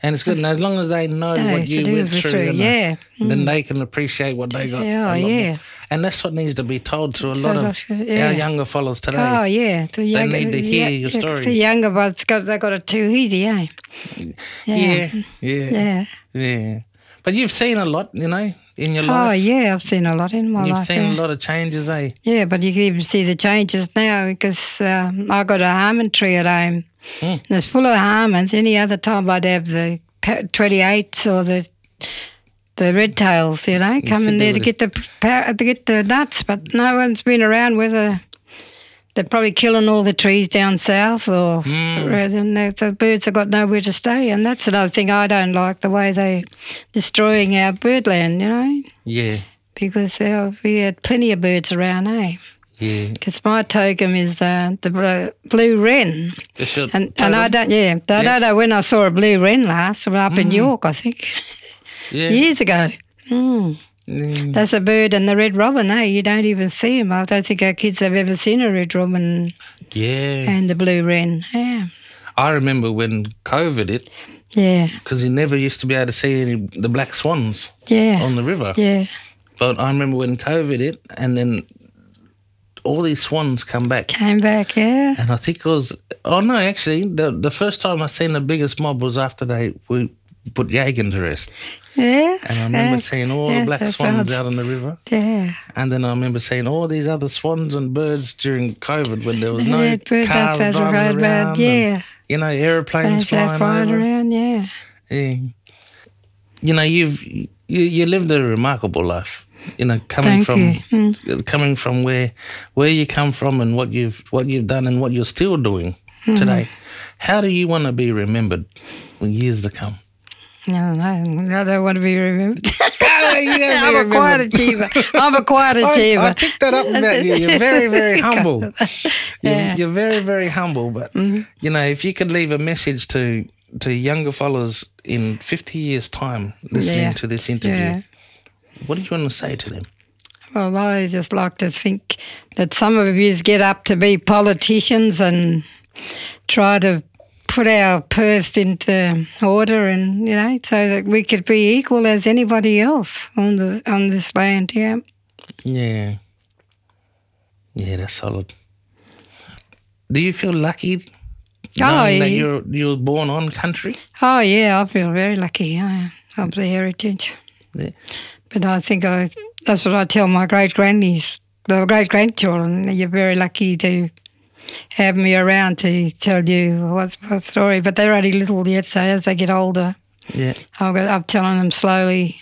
S4: And it's good. And as long as they know
S3: yeah,
S4: what
S3: to
S4: you
S3: do
S4: went
S3: with
S4: through,
S3: through,
S4: and, uh,
S3: yeah.
S4: then they can appreciate what they got. a
S3: Yeah,
S4: lot more.
S3: yeah.
S4: And that's what needs to be told to a lot
S3: Told
S4: of
S3: us, yeah.
S4: our younger fellows today.
S3: Oh yeah, the younger,
S4: need to
S3: yeah,
S4: hear your
S3: the-
S4: story.
S3: The younger ones got they got it too easy, eh?
S4: yeah.
S3: yeah. Mm.
S4: Yeah.
S3: yeah.
S4: Yeah. But you've seen a lot, you know, in your
S3: Oh
S4: life.
S3: yeah, I've seen a lot in my
S4: You've
S3: life.
S4: seen
S3: yeah.
S4: a lot of changes, eh?
S3: Yeah, but you can even see the changes now because um, I got a almond tree at home.
S4: Mm.
S3: And It's full of almonds. Any other time I'd have the twenty eights or the the red tails, you know,
S4: sit
S3: coming
S4: there
S3: there to
S4: with
S3: get the par- to get the nuts. But no one's been around whether they're probably killing all the trees down south or
S4: Mm. Hmm.
S3: rather than that, the birds have got nowhere to stay. And that's another thing I don't like the way they destroying our birdland, you know,
S4: Yeah.
S3: because uh, we had plenty of birds around, eh?
S4: Yeah.
S3: Because my totem is the the blue, blue wren,
S4: It's your
S3: and and I don't yeah, I don't know when I saw a blue wren last. Well, up in York, I think
S4: Mm. yeah.
S3: years ago. Mm.
S4: Mm.
S3: That's a bird and the red robin. Hey, you don't even see them. I don't think our kids have ever seen a red robin
S4: yeah.
S3: and the blue wren. Yeah,
S4: I remember when COVID hit,
S3: yeah,
S4: because you never used to be able to see any the black swans
S3: yeah,
S4: on the river.
S3: yeah.
S4: But I remember when COVID hit, and then all these swans come back.
S3: Came back. Yeah,
S4: And I think it was oh no, actually the the first time I seen the biggest mob was after they we put Yagan to rest.
S3: yeah.
S4: And I remember
S3: yeah.
S4: seeing all
S3: yeah,
S4: the black
S3: that's
S4: swans
S3: right.
S4: out on the river.
S3: Yeah,
S4: And then I remember seeing all these other swans and birds during COVID when there was no
S3: yeah, bird
S4: cars
S3: that
S4: driving around.
S3: road, road,
S4: and,
S3: yeah,
S4: you know,
S3: and
S4: airplanes
S3: flying,
S4: flying,
S3: flying
S4: over.
S3: around, yeah.
S4: Yeah. You know, you've you, you lived a remarkable life. You know, coming
S3: Thank Mm.
S4: from coming from where where you come from and what you've what you've done and what you're still doing
S3: Mm-hmm.
S4: today. How do you want to be remembered in years to come?
S3: No, no, I don't want to be remembered.
S4: I'm
S3: I'm a quiet achiever. I'm a quiet achiever.
S4: I, I picked that up about you. You're very, very humble. You're, you're very, very humble. But you know, if you could leave a message to to younger followers in 50 years' time, listening
S3: Yeah.
S4: to this interview,
S3: yeah.
S4: what do you want to say to them?
S3: Well, I just like to think that some of yous get up to be politicians and try to put our purse into order, and you know, so that we could be equal as anybody else on the on this land. Yeah.
S4: Yeah, yeah, that's solid. Do you feel lucky? knowing that
S3: yeah.
S4: you're you were born on country.
S3: Oh yeah, I feel very lucky. I of the heritage.
S4: Yeah.
S3: But I think I, that's what I tell my great grannies, the great grandchildren. You're very lucky to have me around to tell you what, what story. But they're only little yet, so as they get older,
S4: Yeah.
S3: I'll go, I'm telling them slowly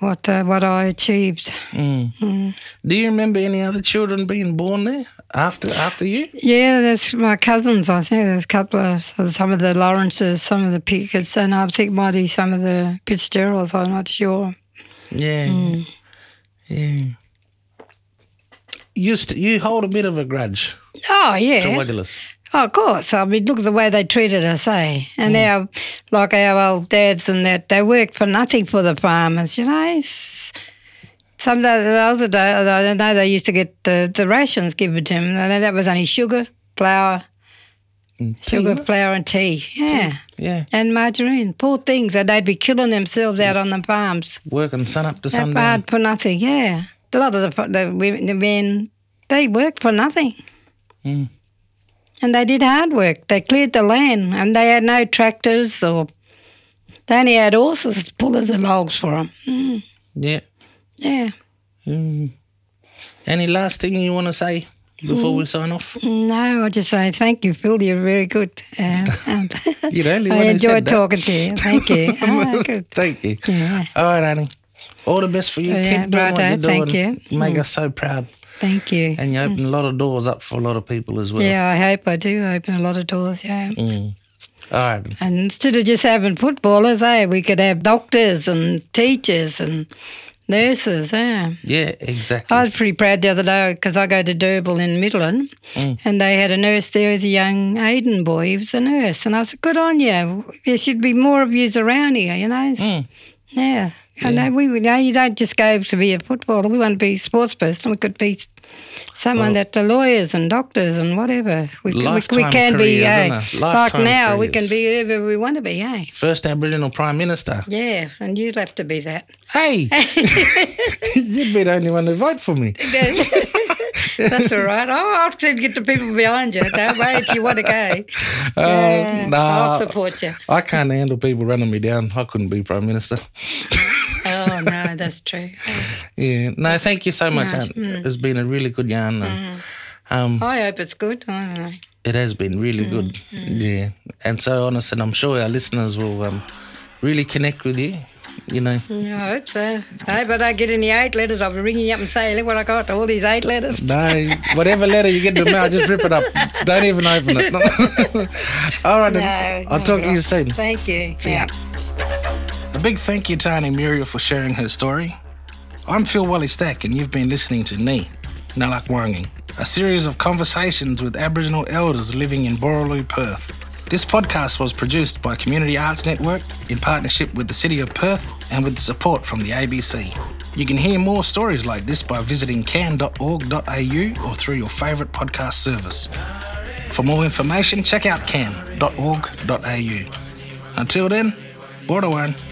S3: what uh, what I achieved.
S4: Mm. Do you remember any other children being born there after after you?
S3: Yeah, that's my cousins. I think there's a couple of so some of the Lawrences, some of the Pickets, and I think might be some of the Fitzgeralds. I'm not sure.
S4: Yeah.
S3: Mm.
S4: Yeah. You st- you hold a bit of a grudge
S3: Oh yeah,
S4: to Wagilis.
S3: Oh, of course. I mean, look at the way they treated us, eh? And
S4: Mm.
S3: our, like our old dads and that, they worked for nothing for the farmers, you know? S- Some of the the older days, I know they used to get the, the rations given to them. And that was only sugar, flour,
S4: and tea,
S3: sugar,
S4: no?
S3: flour, and tea. Yeah.
S4: Yeah.
S3: And margarine. Poor things. And they'd be killing themselves out on the farms.
S4: Working sun up to
S3: That
S4: sundown.
S3: hard for nothing, yeah. A lot of the, fo- the, women, the men, they worked for nothing.
S4: Mm.
S3: And they did hard work. They cleared the land and they had no tractors or they only had horses pulling the logs for them. Mm.
S4: Yeah.
S3: Yeah.
S4: Mm. Any last thing you want to say before we sign off?
S3: Hmm, No, I just say thank you, Phil. You're very good. And, um,
S4: You're only one
S3: I
S4: who
S3: enjoyed
S4: said that.
S3: talking to you. Thank you. Ah, good.
S4: Thank you.
S3: Yeah.
S4: All right, Annie. All the best for you.
S3: Yeah,
S4: Keep doing what
S3: righto,
S4: you're doing.
S3: thank Mm.
S4: Make us so proud.
S3: Thank you.
S4: and you open a lot of doors up for a lot of people as well.
S3: Yeah, I hope I do open a lot of doors. Yeah.
S4: All right.
S3: And instead of just having footballers, eh, we could have doctors and teachers and nurses. Eh?
S4: Yeah, exactly.
S3: I was pretty proud the other day because I go to Durban in Midland
S4: Mm.
S3: and they had a nurse there as a young Aiden boy. He was a nurse. And I said, good on you. There should be more of yous around here, you know.
S4: Mm.
S3: Yeah. I know we, you, know, you don't just go to be a footballer. We want to be a sports person. We could be s- someone that the lawyers and doctors and whatever. We, c- we- we,
S4: Lifetime
S3: can be,
S4: careers,
S3: eh,
S4: isn't it?
S3: like
S4: Lifetime
S3: now, we can
S4: careers.
S3: be whoever we want to be, eh?
S4: First Aboriginal Prime Minister.
S3: Yeah, and you'd have to be that.
S4: Hey, you'd be the only one to vote for me.
S3: That's all right. I'll, I'll soon get the people behind you. Don't worry if you want to go.
S4: Um,
S3: Yeah, I'll
S4: nah,
S3: support you.
S4: I can't handle people running me down. I couldn't be Prime Minister.
S3: Oh, no, that's true.
S4: Yeah. No, thank you so much,
S3: Nice.
S4: Aunt. It's been a really good yarn. and, Um,
S3: I hope it's good. I don't know.
S4: It has been really good. Yeah. And so honest, and I'm sure our listeners will um, really connect with you. You know,
S3: Yeah, I hope so. I hope I don't get any eight letters. I'll be ringing you up and saying, look what I got, all these eight letters.
S4: no, whatever letter you get in the mail, just rip it up. Don't even open it. All right, then.
S3: No,
S4: I'll
S3: no,
S4: talk to you
S3: you're-
S4: soon.
S3: Thank you. Yeah.
S2: A big thank you to Auntie Muriel for sharing her story. I'm Phil Wally Stack, and you've been listening to Ni, Nalak Warringing, a series of conversations with Aboriginal elders living in Borroloo, Perth. This podcast was produced by Community Arts Network in partnership with the City of Perth and with support from the ABC. You can hear more stories like this by visiting can.org.au or through your favourite podcast service. For more information, check out can.org.au. Until then, Bordawan.